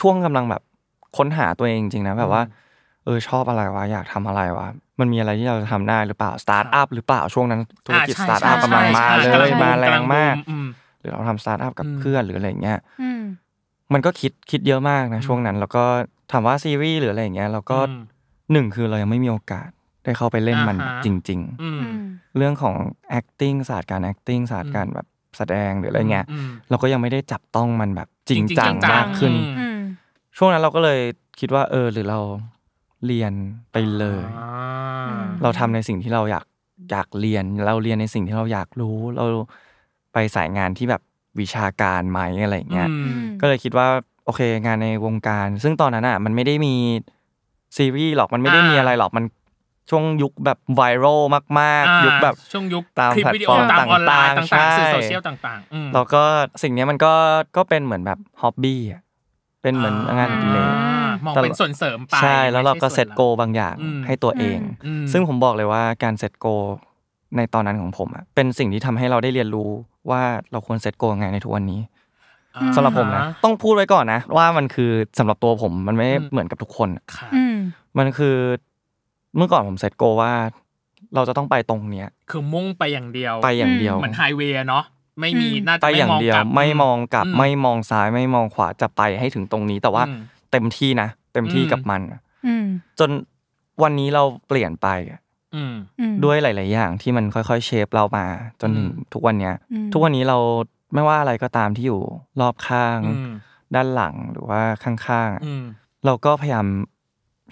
ช่วงกำลังแบบค้นหาตัวเองจริงๆนะแบบว่า เออชอบอะไรวะอยากทำอะไรวะมันมีอะไรที่เราจะทำได้หรือเปล่าสตาร์ทอัพหรือเปล่าช่วงนั้นธุรกิจ อ่า ส ใช่ ตาร์ทอัพ ใช่ กำลังมา ใช่กำเลลั ย งบูม มาแรงมาก กำลังบูมอืม หรือเราทำสตาร์ทอัพกับ อืม เพื่อนหรืออะไรอย่างเงี้ย อืม มันก็คิดคิดเยอะมากนะช่วงนั้น แล้วก็ถามว่าซีรีส์หรืออะไรอย่างเงี้ยเราก็ อืม หนึ่งคือเรายังไม่มีโอกาสได้เข้าไปเล่นมัน อ่าฮะ จริง อืม อืม ๆ เรื่องของ acting ศาสตร์การ acting ศาสตร์การแบบแสดงหรืออะไรเงี้ย ม เราก็ยังไม่ได้จับต้องมันแบบจริง จริงๆ จัง จังๆ มากขึ้น อืม อืม ช่วงนั้นเราก็เลยคิดว่าเออหรือเราเรียนไปเลย อ่า ม เราทำในสิ่งที่เราอยากอยากเรียน เราเรียนในสิ่งที่เราอยากรู้ เราไปสายงานที่แบบวิชาการไหมอะไรอย่างเงี้ย อืม ก็เลยคิดว่าโอเคงานในวงการ ซึ่งตอนนั้นอ่ะมันไม่ได้มีซีรีส์หรอกมันไม่ได้ อ่ามี มีอะไรหรอกมันช่วงยุคแบบไวรัลมาก อ่า ๆ ยุคแบบ ช่วงยุค ตาม คลิป แพลต วิดี ฟ โอ อร์ม ตามออนไลน์ ต่างๆ ต่างๆสื่อ ใช่ โซเชียลต่างๆอืม แล้วก็สิ่งเนี้ยมันก็ก็เป็นเหมือนแบบฮ็อบบี้อะเป็นเหมือนงานอดิเรก อ่ามองเป็นส่วนเสริมไป ใช่แล้วเราก็ ไม่ใช่ เซ ส่ ต นหลัก โกบางอย่าง อืม ให้ตัวเอง อืม ซึ่งผมบอกเลยว่าการเซตโกในตอนนั้นของผมอะเป็นสิ่งที่ทำให้เราได้เรียนรู้ว่าเราควรเซตโกยังไงในทุกวันนี้ อ่า สำหรับผมนะต้องพูดไว้ก่อนนะ ว่ามันคือสำหรับตัวผมมันไม่ได้ อืม เหมือนกับทุกคนอะ ค่ะ อืม มันคือเมื่อก่อนผมเซตโกว่า เราจะต้องไปตรงเนี้ย คือมุ่งไปอย่างเดียว ไปอย่างเดียว เหมือนไฮเวย์อะเนาะไม่มี อืม น่าจะ ไปอย่างเดียวไม่มองกลับ อื ไม่มองซ้ายไม่มองขวาจะไปให้ถึงตรงนี้ แต่ว่า อืม เต็มที่นะ เต็มที่ อืม กับมันอะ อืม จนวันนี้เราเปลี่ยนไปอะ อืม อืม ด้วยหลาย ๆ อย่างที่มันค่อย ๆ เชฟเรามาจนถึง อืม ทุกวันเนี้ย อืม ทุกวันนี้เราไม่ว่าอะไรก็ตามที่อยู่รอบข้าง อืม ด้านหลังหรือว่าข้างๆอะ อืม เราก็พยายาม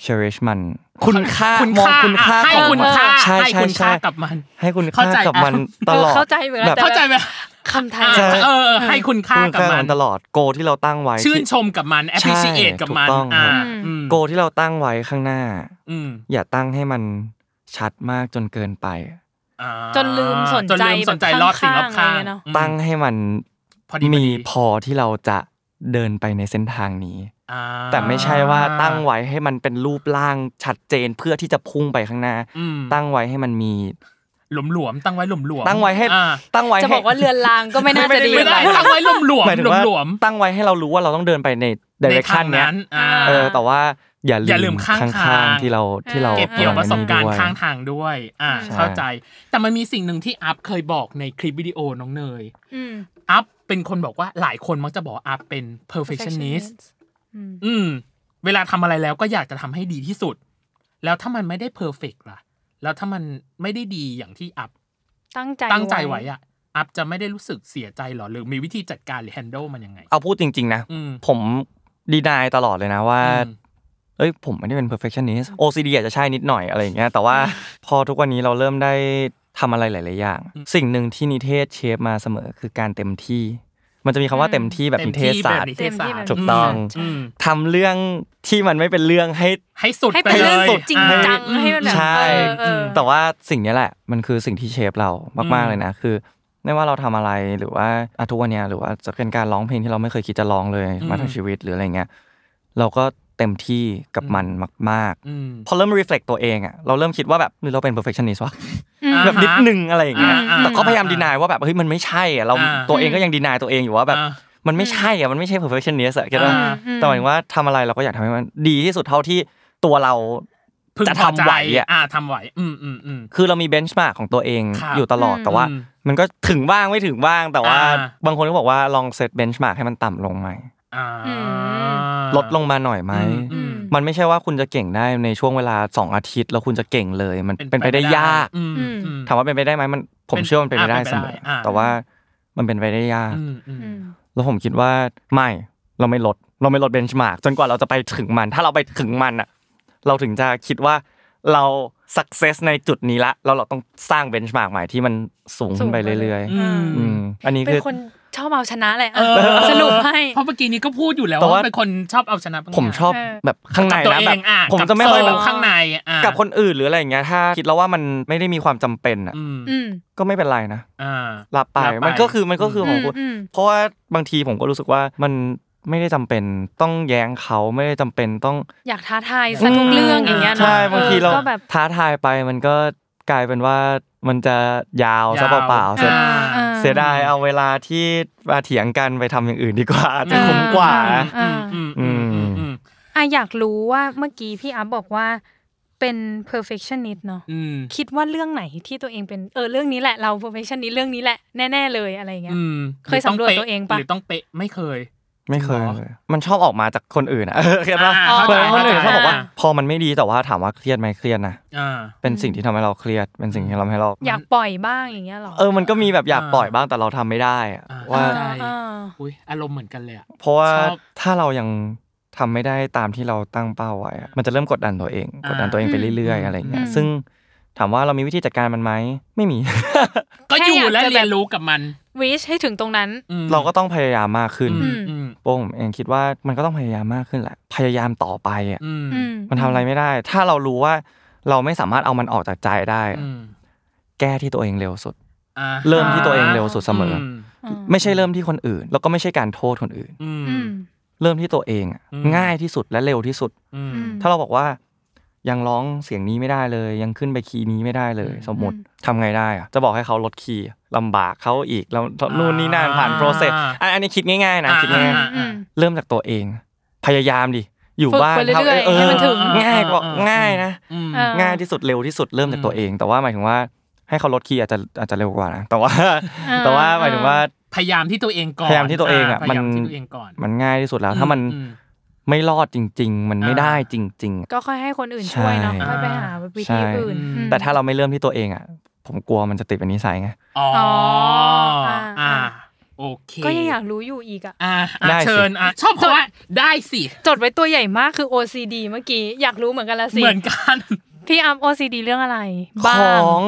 cherish มัน คุณค่า คุณ มอง ค่า คุณค่า ให้ ของ คุณ มัน ค่า ใช่ ให้ ใช่ คุณค่า ใช่ กับมัน ให้คุณ เข้า ค่า ใจ กับมันต เออ ลอด เข้าใจเหมือนกัน แบบ แต่ เข้าใจไหม คำไทย อ่าเออเออให้คุณค่า คุณ กับ ค่า มั มัน นตลอดโกที่เราตั้งไว้ ชื่น ที่ ชมกับมัน appreciate ใช่ กับมัน ถูกต้อง อ่า ครับ อืม โกที่เราตั้งไว้ข้างหน้า อืม อย่าตั้งให้มันชัดมากจนเกินไป อ่า จนลืมสนจใจนลืมสนใจรอบสิ่งรอบข้าง แบบข้างๆอะไรเงี้ยเนอะ อืม ตั้งให้มัน พอดี มี พ พ อดี อที่เราจะเดินไปในเส้นทางนี้ อ่า แต่ไม่ใช่ว่าตั้งไว้ให้มันเป็นรูปร่างชัดเจนเพื่อที่จะพุ่งไปข้างหน้า อืม ตั้งไว้ให้มันมี หลวมหลวมๆตั้งไว้หลวมหลวมๆ ตั้งไว้ให้ อ่า ตั้งไว้ จะ ให้ บอกว่าเรือนรางก็ไม่น่าจะดี ไม่ อะไร ได้ตั้งไว้หลวมหลวม หมายถึง หลวม ว่า หลวม ตั้งไว้ให้เรารู้ว่าเราต้องเดินไปใน ๆ เดเรคชัน ทาง เนี้ย อ่า เออแต่ว่าอย่า อย่าลื ลื ม ม ข้างทาง ข้างๆที่เราที่เรา เก็บเกี่ยว ำ ป ลั ระ ง สบการณ์ นี่ด้วย ข้างทางด้วย อ่า ใช่ เข้าใจ แต่มันมีสิ่งหนึ่งที่อัพเคยบอกในคลิปวิดีโอน้องเนย อืม อัพเป็นคนบอกว่าหลายคนมักจะบอกว่าอัพเป็น perfectionist อืม อืม เวลาทำอะไรแล้วก็อยากจะทำให้ดีที่สุด แล้วถ้ามันไม่ได้เพอร์เฟกล่ะ แล้วถ้ามันไม่ได้ดีอย่างที่อัพ ตั้งใจ ตั้งใจไว้อะอัพจะไม่ได้รู้สึกเสียใจหรอ หรือมีวิธีจัดการหรือ handle มันยังไง เอาพูดจริง ๆ นะ อืม ผมดีนายตลอดเลยนะว่า อืม เอ้ยผมไม่ได้เป็น perfectionist OCD อาจจะใช่นิดหน่อยอะไรอย่างเงี้ยแต่ว่าพอทุกวันนี้เราเริ่มได้ทำอะไรหลาย ๆ อย่าง สิ่งหนึ่งที่นิเทศเชฟมาเสมอคือการเต็มที่ มันจะมีคำว่าเต็มที่แบบนิเทศศาสตร์ เต็มที่แบบนิเทศศาสตร์ ถูกต้อง ใช่ อืม ทำเรื่องที่มันไม่เป็นเรื่องให้ ให้สุด ให้ ไป เป็น เล เรื่อยงสุดจริงจัง อ่า ให้มันแบบ ใช่ เออเออ แต่ว่าสิ่งเนี้ยแหละ มันคือสิ่งที่เชฟเรามาก อืมๆเลยนะ คือ ไม่ว่าเราทำอะไรหรือว่าอ่ะทุกวันเนี้ยหรือว่าจะเป็นการร้องเพลงที่เราไม่เคยคิดจะร้องเลยมาทั้งชีวิตหรืออะไรเงี้ยเราก็เต็มที่กับมันมาก ๆ อืม พอเริ่ม reflect ตัวเองอะเราเริ่มคิดว่าแบบหรือเราเป็น perfectionist วะ อืม อ่าฮะ แบบนิดนึงอะไรอย่างเงี้ย อ่า แต่ก็พยายาม อ่า ดีนายว่าแบบเฮ้ยมันไม่ใช่อะเรา อ่า ตัวเองก็ยังดีนายตัวเองอยู่ว่าแบบ อ่า มันไม่ใช่อะมันไม่ใช่ perfectionist อะแค่ว่า อ่า แต่หมายถึงว่าทำอะไรเราก็อยากทำให้มันดีที่สุดเท่าที่ตัวเรา พึง จะ พอ ทำ ใจ ไหวอะ อ่าทำไหว อืมอืมอืม คือเรามี benchmark ของตัวเอง ครับ อยู่ตลอด อืม แต่ว่า อืม มันก็ถึงบ้างไม่ถึงบ้างแต่ว่า อ่า บางคนก็บอกว่าลอง set benchmark ให้มันต่ำลงไหม อ่า อืม ลดลงมาหน่อยไหม อือืม มันไม่ใช่ว่าคุณจะเก่งได้ในช่วงเวลาสองอาทิตย์ แล้วคุณจะเก่งเลย มันเป็นไปได้ยาก อืมอืม ถามว่าเป็นไปได้ไหมมันผมเชื่อว่ามันเป็นไปได้ เป็น เส ไป ม ได้ อ อ่า แต่ว่ามันเป็นไปได้ยาก อืมอืม อืม แล้วผมคิดว่าไม่เราไม่ลดเราไม่ลดเบนช์มาร์กจนกว่าเราจะไปถึงมัน ถ้าเราไปถึงมันอะเราถึงจะคิดว่าเราสักเซสในจุดนี้ละแล้วเราต้องสร้างเบนช์มาร์กใหม่ที่มันสูงขึ้นไปเรื่อย อืม ๆอืมอันนี้ เป็นคือ คนชอบเอาชนะแหละอ่ะ เออ สรุปให้ เพราะเมื่อกี้นี้ก็พูดอยู่แล้ว แต่ว่า ว่าเป็นคนชอบเอาชนะางย่าง ผมชอบ เออ แบบข้างใน กับตัว นะ เอ แบบ งอ่ะ ผมจะไม่ค่อยแบบ กับข้างในอ่ะ กับคนอื่นหรืออะไรอย่างเงี้ยถ้าคิดแล้วว่ามันไม่ได้มีความจำเป็นอะ อืม อืม ก็ไม่เป็นไรนะ อ่า รับไป รับไป มันก็คือมันก็คืออ ม ของคุณ อืม เพราะว่าบางทีผมก็รู้สึกว่ามัน ไม่ได้จำเป็นต้องแย้งเขาไม่ได้จำเป็นต้อง อยากท้าทายซะทุกเรื่องอย่างเงี้ยเนอะ ใช่บางทีเรา ออก็แบบ ท้าทายไปมันก็กลายเป็นว่ามันจะยาวซะ ยาว เปล่าๆเสีย อ่าอ่า เสียดายเอาเวลาที่มาเถียงกันไปทำอย่างอื่นดีกว่าจะคุ้มกว่า อ่า อืมอืมอืมอืมอืม อ่ะอยากรู้ว่าเมื่อกี้พี่อัพบอกว่าเป็น perfectionist เนาะ อืม คิดว่าเรื่องไหนที่ตัวเองเป็นเออเรื่องนี้แหละเรา perfectionist เรื่องนี้แหละแน่ๆเลยอะไรอย่างเงี้ย อืม เคยสำรวจตัวเองปะ หรือต้องเป๊ะไม่เคย ไม่เคย จริงเหรอ เลยมันชอบออกมาจากคนอื่นอะ เออเข้าใจปะ อ่า เหมือนคนอื่น เข้าใจ เขาบอกว่า พอมันไม่ดีแต่ว่าถามว่าเครียดไหมเครียดนะ อ่า เป็นสิ่งที่ทำให้เราเครียดเป็นสิ่งที่ทำให้เรา อยากปล่อยบ้างอย่างเงี้ยหรอ เออมันก็มีแบบอยาก อ่า ปล่อยบ้างแต่เราทำไม่ได้อะ อ่า ว่า อ่าอ่า อุ้ยอารมณ์เหมือนกันเลยอ่ะ เพราะว่า ชอบ ถ้าเรายังทำไม่ได้ตามที่เราตั้งเป้าไว้อะมันจะเริ่มกดดันตัวเอง อ่าก กดดันตัวเองไปเรื่อย อื ๆ ม อะไรเงี้ อื ย ม ซึ่งถามว่าเรามีวิธีจัดการมันไหมไม่มี ก็อยู่และ แค่อยากจะ เรียนรู้กับมัน reach ให้ถึงตรงนั้น อืม เราก็ต้องพยายามมากขึ้น อืม อื อืม ม โป้งผมเองคิดว่ามันก็ต้องพยายามมากขึ้นแหละ พยายามต่อไปอะ อืม อืม มันทำอะไรไม่ได้ ถ้าเรารู้ว่าเราไม่สามารถเอามันออกจากใจได้อะ อืม แก้ที่ตัวเองเร็วสุด อ่า เริ่มที่ตัวเองเร็วสุดเสมออ ม อื ไม่ใช่เริ่มที่คนอื่น แล้วก็ไม่ใช่การโทษคนอื่น อื อื ม ม เริ่มที่ตัวเองอะ อืม ง่ายที่สุดและเร็วที่สุด อืม ม ถ้าเราบอกว่ายังร้องเสียงนี้ไม่ได้เลย ยังขึ้นไปคีย์นี้ไม่ได้เลย อืม สมมติทำไงได้อะจะบอกให้เขาลดคีย์ลำบากเขาอีกแล้วนู่นนี่นั่นผ่านโปรเซสอันอันนี้คิดง่ายๆนะคิดง่าย อ่า อืม ๆเริ่มจากตัวเอง พยายามดิอยู่ ฝึก บ้าน ไปเรื่อยๆ ทำเออ ให้มันถึง ง่ายกว่า อ่า ง่ายนะ อืม เออ ง่ายที่สุดเร็วที่สุดเริ่มจากตัวเอง แต่ว่าหมายถึงว่าให้เขาลดคีย์อาจจะอาจจะเร็วกว่านะแต่ว่า อ่า แต่ว่าหมายถึงว่า พยายามที่ตัวเองก่อน พยายามที่ตัวเองาอะพยายาม มัน ที่ตัวเองก่อน มันง่ายที่สุดแล้ว ถ้ามัน อื ไม่รอดจริง ๆ มันไม่ อ่า ได้จริง ๆ ก็ค่อยให้คนอื่นช่วยเนาะ ใช่ ค่อยไปหาวิ ใช่ ธีอื่นอืม แต่ถ้าเราไม่เริ่มที่ตัวเองอ่ะ ผมกลัวมันจะติดเป็นนิสัยไง อ๋อ อ่า อ่าโอเค ก็ยังอยากรู้อยู่อีกอ่ะ อ่าอ่า ได้สิ เชิญอ่าชอบเพราะว่าได้สิ จดไว้ตัวใหญ่มากคือ OCD เมื่อกี้อยากรู้เหมือนกันละสิ เหมือนกัน พี่อัพ OCD เรื่องอะไร ข บ้า อง ง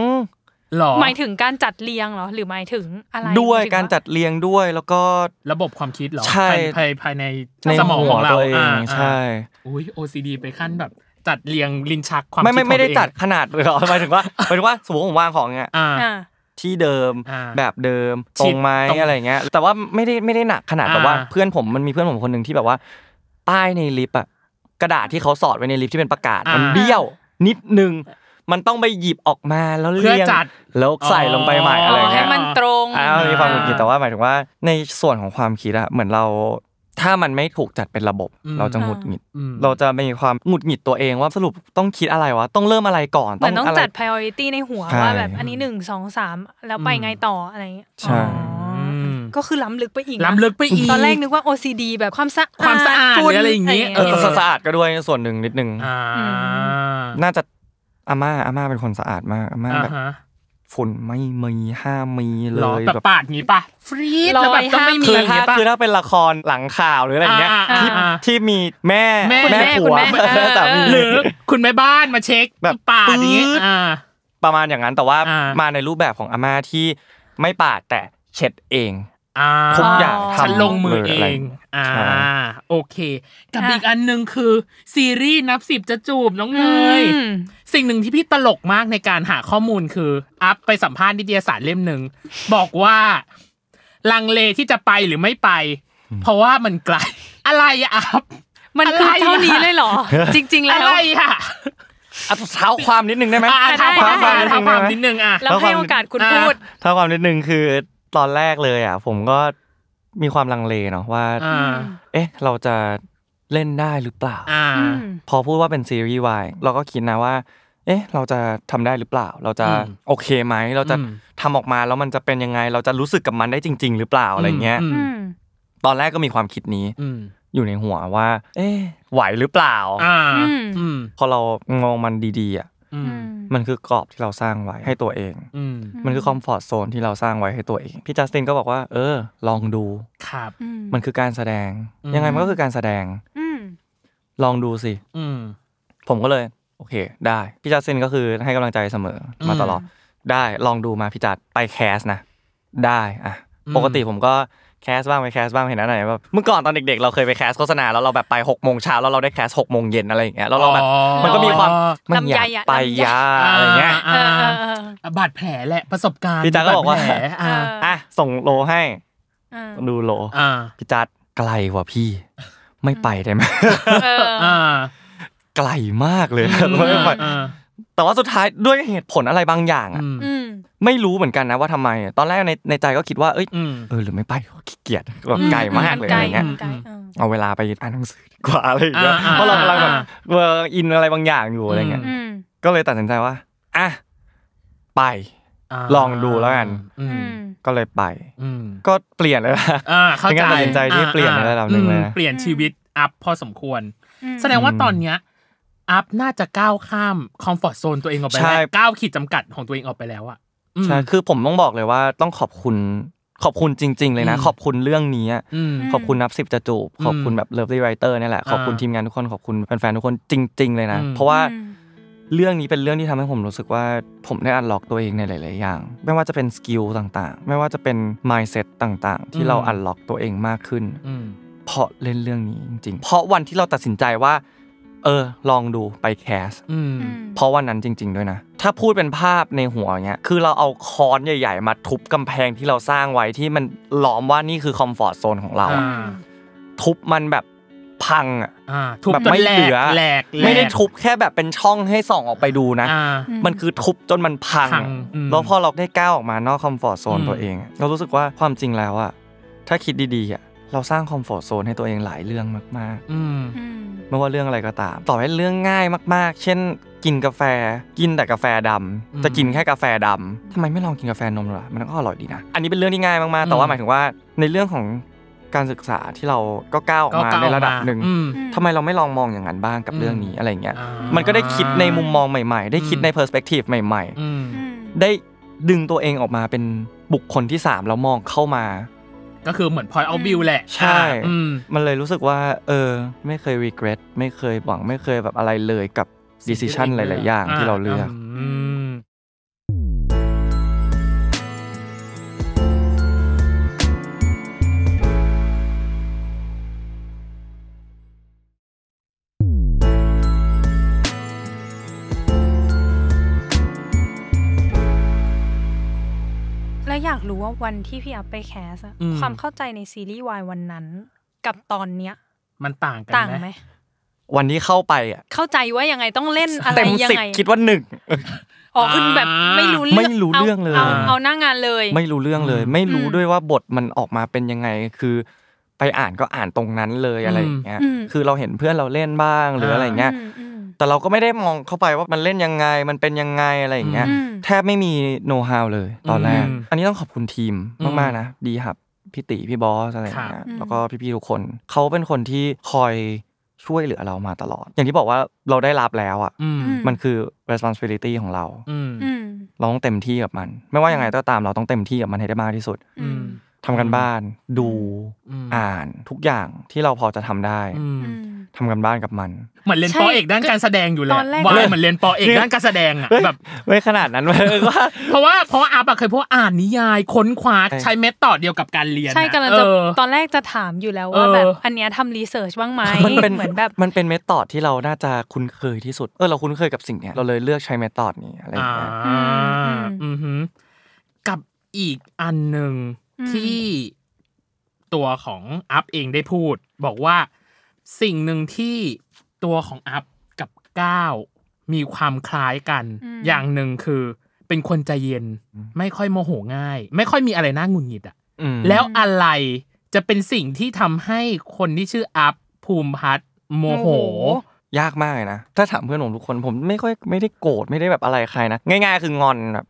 หรอ หมายถึงการจัดเรียงเหรอ หรือหมายถึงอะไร ด้วย หมถึง การจัดเรียงด้วยแล้วก็ ระบบความคิดเหรอ ใช่ ภายภายใน ใน สมองขหัว องเรา ตัวเอง าา ใช่ อุ้ย OCD ไปขั้นแบบ จัดเรียงลินชักความ ไม่ไม่ คิของ ไม่ได้ ตัวเอง จัดขนาดหรอกหม ายถึงว่าหมายถึงว่าสมมติผมวางของเนี่ย อ่า อ่า ที่เดิม อ่า แบบเดิม ชิ ต ด รงไหม ตรง อะไรเงี้ย แต่ว่าไม่ได้ไม่ได้หนักขนาด อ่า แบบว่าเพื่อนผมมันมีเพื่อนผมคนหนึ่งที่แบบว่าป้ายในลิฟต์อะกระดาษที่เขาสอดไว้ในลิฟต์ที่เป็นประกาศมันเบี้ยว นิดนึงมันต้องไปหยิบออกมาแล้ว เพื่อ เรียง จัด แล้วใส่ลงไปใหม่ อ๋ออ อะไร อ๋อ เงี้ ให้ ย มันตรง อ่ามีความหงุดหงิดแต่ว่าหมายถึงว่าในส่วนของความคิดอะเหมือนเรา ถ้ามันไม่ถูกจัดเป็นระบบ อืม เราจะหงุดหงิด อืม เราจะมีความหงุดหงิดตัวเองว่าสรุปต้องคิดอะไรวะต้องเริ่มอะไรก่อน เหมือนต้อง อะไร จัด priority ในหัว ใช่ ว่าแบบอันนี้หนึ่งสองสามแล้วไปไงต่ออะไรอย่างเงี้ยอ๋ใช่อ อืม ก็คือล้ำลึกไปอีกนะ ล้ำลึกไปอีก ตอนแรกนึกว่า OCD แบบความสะอาด ความสะอาด ฝุ่น หรืออะไรอย่างเงี้ย เออสะสะอาดก็ด้วยส่วนหนึ่งนิดนึง อ่า น่าจะอาม่าอาม่าเป็นคนสะอาดมากอาม่า อ่า แบบ ฮะ ฝุ่นไม่มีห้ามมีเล หรอย แบบปาดงี้ป่ะฟรีดแล้วแบบต้องไม่มี คือ อย่าง ถ้า เงี้ยป่ะ คือถ้าเป็นละครหลังข่าวหรืออะไรเงี้ย อ่าอ่า ที่ อ่า ที่มีแม่ แม่ ผัว คุณแม่คุณแม่ แม่สามี เออ หรือคุณแม่บ้านมาเช็ค แบบ ปาดอย่างงี้ ปื๊ด อ่า ประมาณอย่างนั้นแต่ว่า อ่าม มาในรูปแบบของอาม่าที่ไม่ปาดแต่เช็ดเอง อ่า ทุกอย่าง อ๋อ ทำ ฉันลงมือเอ ลยะไรย่าง เงี้ย อ่า ใช่ โอเค กับ อ่ะ อีกอันหนึ่งคือ ซีรีส์นับสิบจะจูบน้อง อื เนย ม สิ่งหนึ่งที่พี่ตลกมากในการหาข้อมูลคือ อัพไปสัมภาษณ์นิตยสารเล่มหนึ่ง บอกว่า ลังเลที่จะไปหรือไม่ไป เพราะว่ามันไกล อะไรอะอัพ มันคืออะไร อะ เท่านี้เลยเหรอ จริง ๆ แล้ อะ ว ไรอะ อ่ะเท้าความนิดนึงได้ไหม อ่ะ ได้ ท้าความ ได้ มาท้าความนิดนึงอ่ะ แล้วให้โอกาสคุณพูด เท้าความนิดนึงคือตอนแรกเลยอ่ะ ผมก็มีความลังเลเนาะว่า อ่า เอ๊ะ เราจะเล่นได้หรือเปล่า อ่า อืม พอพูดว่าเป็นซีรีส์วายเราก็คิดนะว่า เอ๊ะ เราจะทำได้หรือเปล่า เราจะ อืม โอเคไหมเราจะ อืม ทำออกมาแล้วมันจะเป็นยังไง เราจะรู้สึกกับมันได้จริง ๆ หรือเปล่าอะไรเงี้ย อืม ตอนแรกก็มีความคิดนี้ อืม อยู่ในหัวว่า เอ๊ะไหวหรือเปล่า อ่า อืม อืม พอเรามองมันดีๆอ่ะ อืม มันคือกรอบที่เราสร้างไว้ให้ตัวเอง อืม มันคือคอมฟอร์ทโซนที่เราสร้างไว้ให้ตัวเอง พี่จัสตินก็บอกว่า เออ ลองดู ครับ อืม มันคือการแสดง อืม ยังไงมันก็คือการแสดง อืม ลองดูสิ อืม ผมก็เลย โอเค ได้ พี่จัสตินก็คือให้กำลังใจเสมออ ม มาตลอด ได้ ลองดูมาพี่จัดไปแคสนะ ได้ อ่ะ อืม ปกติผมก็แคสบ้างไม่แคสบ้างเห็นอะไรแบบเมื่อก่อนตอนเด็กๆ เราเคยไปแคสโฆษณาแล้วเราแบบไป6กโมงเช้าแล้วเราได้แคส6กโมงเย็นอะไรอย่างเงี้ยแล้วเราแบบ อ๋อ มันก็มีความไม่ ลำ อ ไย ยาอะกไป ลำไย ยาอะไรเงี้ย า เออเออเออ อบาดแผลแหละประสบการณ์ พี่จ๊ะก็บอกว่า ดแผลอ่า เออ อ่ะส่งโลให้ เออ ดูโล อ่า พี่จัด ไกลว่ะพี่ ไม่ไปได้ไหม เออ อ่า ไกลมากเลยนะ อืม ไม่ไป อ่า แต่ว่าสุดท้ายด้วยเหตุผลอะไรบางอย่างอะ อืม อืม ไม่รู้เหมือนกันนะว่าทำไมอะตอนแรกในในใจก็คิดว่าเอ้ย อืม เออหรือไม่ไปขี้เกียจแบบ อืม ไกลมากเลย ไกลอะไรเงี้ย ไกลเออ เอาเวลาไปอ่านหนังสือดีกว่าอะไรอย่างเงี้ย อ่าอ่า เพราะเรากำลังแบบ อ่า เวอร์อินอะไรบางอย่างอยู่อะไรเงี้ย อื อืม ก็เลยตัดสินใจว่าอ่ะไป อ่า ลองดูแล้วกัน อื อื ม ม ก็เลยไป อืม ก็เปลี่ยนเลยนะ อ่าเข้า เป็น ใจ การตัดสินใจที่ อ่า เปลี่ยนในระดับหนึ่งเลยนะ อืมเปลี่ยนชีวิตอัพพอสมควร อืม แสดงว่าตอนเนี้ยอัพน่าจะก้าวข้ามคอมฟอร์ทโซนตัวเองออกไป ใช่ แล้วก้าวขีดจำกัดของตัวเองออกไปแล้วอะอืม ใช่คือผมต้องบอกเลยว่าต้องขอบคุณขอบคุณจริง ๆ เลยนะ อืม ขอบคุณเรื่องนี้อะ อืม ขอบคุณนับสิบจะจูบขอบคุณ อืม แบบเลิฟรีไรเตอร์นี่ยแหละ อ่า ขอบคุณทีมงานทุกคนขอบคุณแฟนๆทุกคนจริง ๆ เลยนะ อืม เพราะว่า อืม เรื่องนี้เป็นเรื่องที่ทำให้ผมรู้สึกว่าผมได้อันล็อกตัวเองในหลาย ๆ อย่าง ไม่ว่าจะเป็นสกิลต่างๆ ไม่ว่าจะเป็นมายเซ็ตต่างๆ ที่เราอันล็อกตัวเองมากขึ้น อืม เพราะเล่นเรื่องนี้จริงๆ เพราะวันที่เราตัดสินใจว่า เออ ลองดูไปแคส อืม อืม เพราะวันนั้นจริง ๆ ด้วยนะ ถ้าพูดเป็นภาพในหัวอย่างเงี้ย คือเราเอาค้อนใหญ่ ๆ มาทุบกำแพงที่เราสร้างไว้ที่มันล้อมว่านี่คือคอมฟอร์ตโซนของเราอะ อ่า ทุบมันแบบพังอ่ะ อ่าทุบ แบบ จน ไม่ แหล เหลื ก อ แหลกแหลก ไม่ได้ทุบแค่แบบเป็นช่องให้ส่องออกไปดูนะ อ่า มันคือทุบจนมันพัง พั อะ งอืม แล้วพอเราได้ก้าวออกมานอกคอมฟอร์ตโซน อืม ตัวเองอะเรารู้สึกว่าความจริงแล้วอะถ้าคิดดีๆอะเราสร้างคอมฟอร์ตโซนให้ตัวเองหลายเรื่องมากๆ อืม อืม ไม่ว่าเรื่องอะไรก็ตาม ต่อให้เรื่องง่ายมากๆ เช่น กินกาแฟ กินแต่กาแฟดำ อืม จะกินแค่กาแฟดำทำไมไม่ลองกินกาแฟนมล่ะ มันก็อร่อยดีนะ อันนี้เป็นเรื่องที่ง่ายมากๆ แต่ว่า อืม หมายถึงว่าในเรื่องของการศึกษาที่เราก็ก้าวออกมา ก้ว ในระดับหนึ่ง อืม ทำไมเราไม่ลองมองอย่างนั้นบ้างกับเรื่องนี้อะไรเงี้ย อ่ามั มันก็ได้คิดในมุมมองใหม่ๆ ได้คิด อืม ในเพอร์สเปกทีฟใหม่ อืม อืม ๆ ได้ดึงตัวเองออกมาเป็นบุคคลที่สามแล้วมองเข้ามา ก็คือเหมือน point of view แหละ ใช่ อ่าอืม มันเลยรู้สึกว่า เออ ไม่เคย regret ไม่เคยหวัง ไม่เคยแบบอะไรเลยกับ decision หลาย ๆ อย่างที่เราเลือก ม แล้วอยากรู้ว่าวันที่พี่อัพไปแคสอะความเข้าใจในซีรีส์วายวันนั้น กับตอนเนี้ย มันต่างกัน ต่าง ไห ไห ม ม วันที่เข้าไปอ่ะ เข้าใจว่ายังไงต้องเล่นอะไร เต็ม ยัง สิบ ไง คิดว่าหนึ่ง อ๋อคือแบบไม่รู้เรื่อง ไม่รู้เรื่องเลย าาเอาหน้างานเลย ไม่รู้เรื่องเลย ไม่รู้ด้วยว่าบทมันออกมาเป็นยังไง คือ ไปอ่านก็อ่านตรงนั้นเลยอะไรอย่างเงี้ย อืม คือเราเห็นเพื่อนเราเล่นบ้างหรืออะไรอย่างเงี้ย อืมอืม แต่เราก็ไม่ได้มองเข้าไปว่ามันเล่นยังไง มันเป็นยังไงอะไรอย่างเงี้ย อืม แทบไม่มีโน้ตฮาวเลยตอนแรก อืม อันนี้ต้องขอบคุณทีม อืม มากๆนะ ดีครับ พี่ติ พี่บอสอะไรอย่าง ครั เงี้ บ ย อืม แล้วก็พี่ๆทุกคน เขาเป็นคนที่คอยช่วยเหลือเรามาตลอด อย่างที่บอกว่าเราได้รับแล้วอ่ะ อืม มันคือ responsibility ของเรา อืม อืม เราต้องเต็มที่กับมัน ไม่ว่ายังไงก็ตามเราต้องเต็มที่กับมันให้ได้มากที่สุด อืม ทำกันบ้าน ดู อืม อ่าน ทุกอย่างที่เราพอจะทำได้ อืม อืม ทำกันบ้านกับมัน เหมือนเรียน ใช่ ปอเอกด้านการแสดงอยู่แห ต ละ อนแรก วายเหมือนเรียนปอเอกด้านการแสดงอะแบบ ไม่ขนาดนั้น ว่า เพ ราะว่าเพราะว่าอาบอะเคยพวกอ่านนิยายค้นคว้าใช้เมธอดเดียวกับการเรียน ใช่ น กำลังจะ เออ ตอนแรกจะถามอยู่แล้วว่าแบบ เอออั อันเนี้ยทำรีเสิร์ชบ้างไหม มันเป็น เหมือนแบบ มันเป็นเมธอดที่เราน่าจะคุ้นเคยที่สุด เออเราคุ้นเคยกับสิ่งเนี้ยเราเลยเลือกใช้เมธอดนี้อะไรอย่างเงี้ย อ่า อืม อือหือกับอีกอันหนึ่ง อืม ที่ตัวของอัพเองได้พูด บอกว่าสิ่งหนึ่งที่ตัวของอัพกับก้าวมีความคล้ายกัน อย่างหนึ่งคือ เป็นคนใจเย็น ไม่ค่อยโมโหง่าย ไม่ค่อยมีอะไรน่าหงุดหงิดอะ อืม แล้วอะไรจะเป็นสิ่งที่ทำให้คนที่ชื่ออัพภูมิพัฒน์โมโห ยากมากเลยนะ ถ้าถามเพื่อนผมทุกคนผมไม่ค่อยไม่ได้โกรธไม่ได้แบบอะไรใครนะ ง่ายๆ คืองอนแบบ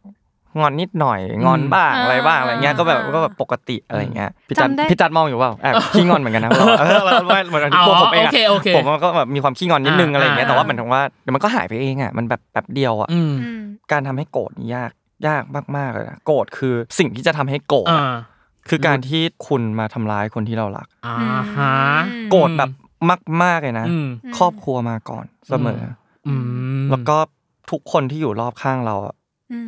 งอนนิดหน่อย งอนบ้าง อ่า อะไรบ้างอะไรเงี้ยก็แบบ อ่า ก็แบบปกติอะไรเงี้ยพี่จัด จำได้ พี่จัดมองอยู่เปล่าแอบขี้งอนเหมือนกัน นะเรา เออเราเราเหมือนกัน อ๋อ ตัวผมเอง โอเคโอเค อะผมมันก็แบบมีความขี้งอนนิดนึง อ่า อะไรเงี้ยแต่ว่า อ่า เหมือนถึงว่าเดี๋ยวมันก็หายไปเองอ่ะมันแบบแบบเดียวอ่ะ อืม อืม การทำให้โกรธนี่ยากยากมากๆเลยนะโกรธคือสิ่งที่จะทำให้โกรธอะ อ่า คือการที่คุณมาทำร้ายคนที่เรารัก อ่า อืม ฮะ โกรธแบบมากๆเลยนะ อืม ครอบครัวมาก่อนเสมออ อืม แล้วก็ทุกคนที่อยู่รอบข้างเราอะ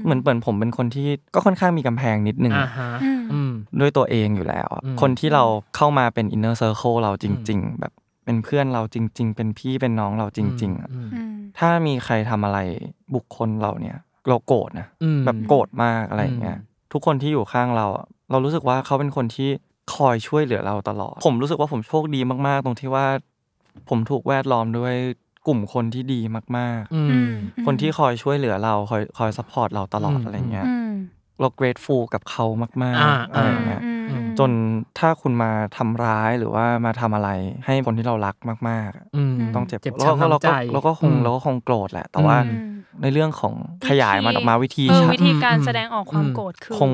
เหมือนเปิดผมเป็นคนที่ก็ค่อนข้างมีกำแพงนิดนึง อ่าฮะ อืม อืม ด้วยตัวเองอยู่แล้วอะ อืม คนที่เราเข้ามาเป็นอินเนอร์เซอร์คเราจริง ๆ แบบเป็นเพื่อนเราจริง ๆ เป็นพี่เป็นน้องเราจริง ๆอะ อืม อืม ถ้ามีใครทำอะไรบุคคลเราเนี่ย เราโกรธนะ อืม แบบโกรธมากอะไรอย่างเงี้ย อืม ทุกคนที่อยู่ข้างเราอะเรารู้สึกว่าเขาเป็นคนที่ คอยช่วยเหลือเราตลอด ผมรู้สึกว่าผมโชคดีมาก ๆ ตรงที่ว่า ผมถูกแวดล้อมด้วยกลุ่มคนที่ดีมาก อื อื ม ม ๆ คนที่คอยช่วยเหลือเราคอยคอยซัพพอร์ตเราตลอด อืม อะไรเงี้ย อืม เรา grateful กับเขามาก อ่า ๆอะไรเงี้ย อืมอืม จนถ้าคุณมาทำร้ายหรือว่ามาทำอะไรให้คนที่เรารักมากๆอะ อืม อืม ต้องเจ็บ เจ็บ แล้วก็ ช้ำ เรา น้ำใจ ก็เราก็คง อืม เราก็คงโกรธแหละ แต่ว่า อื อืม ในเรื่องของขยายมันออกมาวิธี เออ ชัด วิธีการ อืม แสดงออกความโกรธคือ คง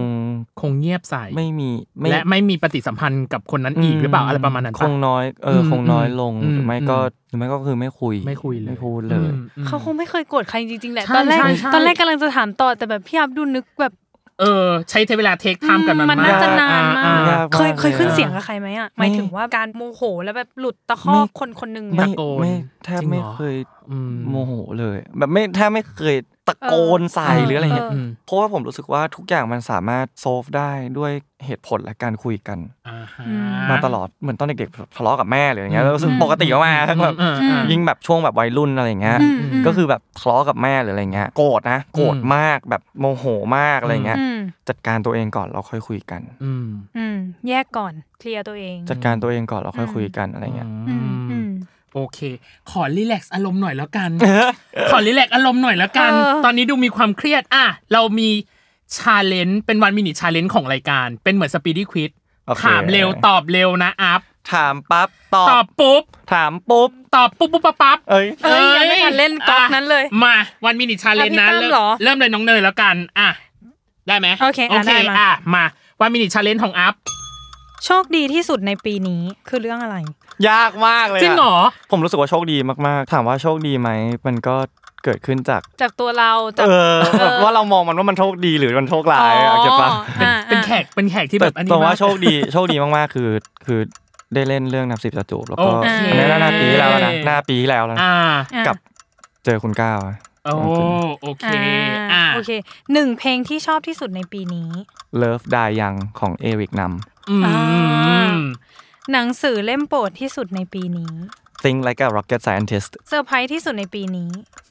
คงเงียบใส่ ไม่มีไม่ และไม่มีปฏิสัมพันธ์กับคนนั้นอีกหรือเปล่าอะไรประมาณนั้น ค ปะ งน้อยเอออ ม คงน้อยลง อืม หรือไม่ก็ อืม หรือไม่ก็คือไม่คุย ไม่คุยเลย ไม่พูดเลย อืมอืม เขาคงไม่เคยโกรธใครจริงๆแหละ ใช่ ตอนแรก ใช่ใช่ ตอนแรกกำลังจะถามต่อแต่แบบพี่อับดูนึกแบบ เออ ใช้เวลาเทคไทม์กัน อื มัน มันน่าจะนานมาก อ่ อ่ า เคยเคยขึ้น อ่า เสียงกับใครไหมอ่ะหมายถึงว่าการโมโหแล้วแบบหลุดตะคอก ไม่ คนคนหนึ่ง ไม่ อะ ะโกน ไม่แทบ จริงเหรอ ไม่เคย อืม โมโหเลย แบบไม่แทบไม่เคยตะโกนใส่ เออ หรืออะไรเงี้ย เออ เพราะว่าผมรู้สึกว่าทุกอย่างมันสามารถโซฟได้ด้วยเหตุผลและการคุยกัน อ่าฮะ อืม มาตลอดเหมือนตอนเด็กๆทะเลาะกับแม่หรืออย่างเงี้ย อืม แล้วรู้สึกปกติมากๆแบบ อืมอืม ยิ่งแบบช่วงแบบวัยรุ่นอะไรอย่างเงี้ย อืมม ก็คือแบบทะเลาะกับแม่หรืออะไรเงี้ยโกรธนะโกรธ อืม มากแบบโมโหมากอะไรเงี้ย อืม จัดการตัวเองก่อนเราค่อยคุยกัน อืม อืมแยกก่อนเคลียร์ตัวเอง จัดการตัวเองก่อนแล้วค่อยคุยกันอะไรเงี้ย อืมอืม โอเค ขอรีแลกซ์อารมณ์หน่อยแล้วกัน ขอรีแลกซ์อารมณ์หน่อยแล้ว กัน เออ ตอนนี้ดูมีความเครียด อ่ะ เรามีชาเลนจ์เป็นวันมินิชาเลนจ์ของรายการ เป็นเหมือนสปีด y q ควิ z โอเค ถามเร็วตอบเร็วนะอัพ ถามปั๊บตอ ตอ บบ ปุ๊บ ถามปุ๊บ ตอบปุ๊บปุ๊บปั๊บปั๊บ เอ้ย เอ้ยยังไม่ทันเล่นกอล์ฟนั้นเลย มาวันมินิชาเลนจ์นะ อ่ะพี่ตั้มเหรอ เริ่มเลยน้องเนยแล้วกัน อ่ะ ได้ไหม โอเค โอ อ่ะ เค ได้มา อ่ะ มาวันมินิชาเลนจ์ของอัพ โชคดีที่สุดในปีนี้คือเรื่องอะไร ยากมากเลยะ จริงเหรอ ผมรู้สึกว่าโชคดีมากๆ ถามว่าโชคดีไหมมันก็เกิดขึ้นจาก จากตัวเราจาก เออ เออ ว่าเรามองมันว่ามันโชคดีหรือมันโชคร้ายอะเก็บปะ อ๋ออ่า เป็นแขก เป็นแขกที่ แต่ แบบอันนี้ แต่ว่าม ก โชคดีโชคดีมากๆคือ คือได้เล่นเรื่องนับสิบจะจูบแล้วก็ โอเค อันนั้นหน้าปีที่แล้วนะหน้าปีที่แล้วนะ อ่า อ่า กับเจอคุณก้าวอะ โอ้ โอเค โอเค อ่า อ่า โอเคหนึ่งเพลงที่ชอบที่สุดในปีนี้ Love Die Young ของเอริกนำ อืม หนังสือเล่มโปรดที่สุดในปีนี้ Think Like a Rocket Scientist เซอร์ไพรส์ที่สุดในปีนี้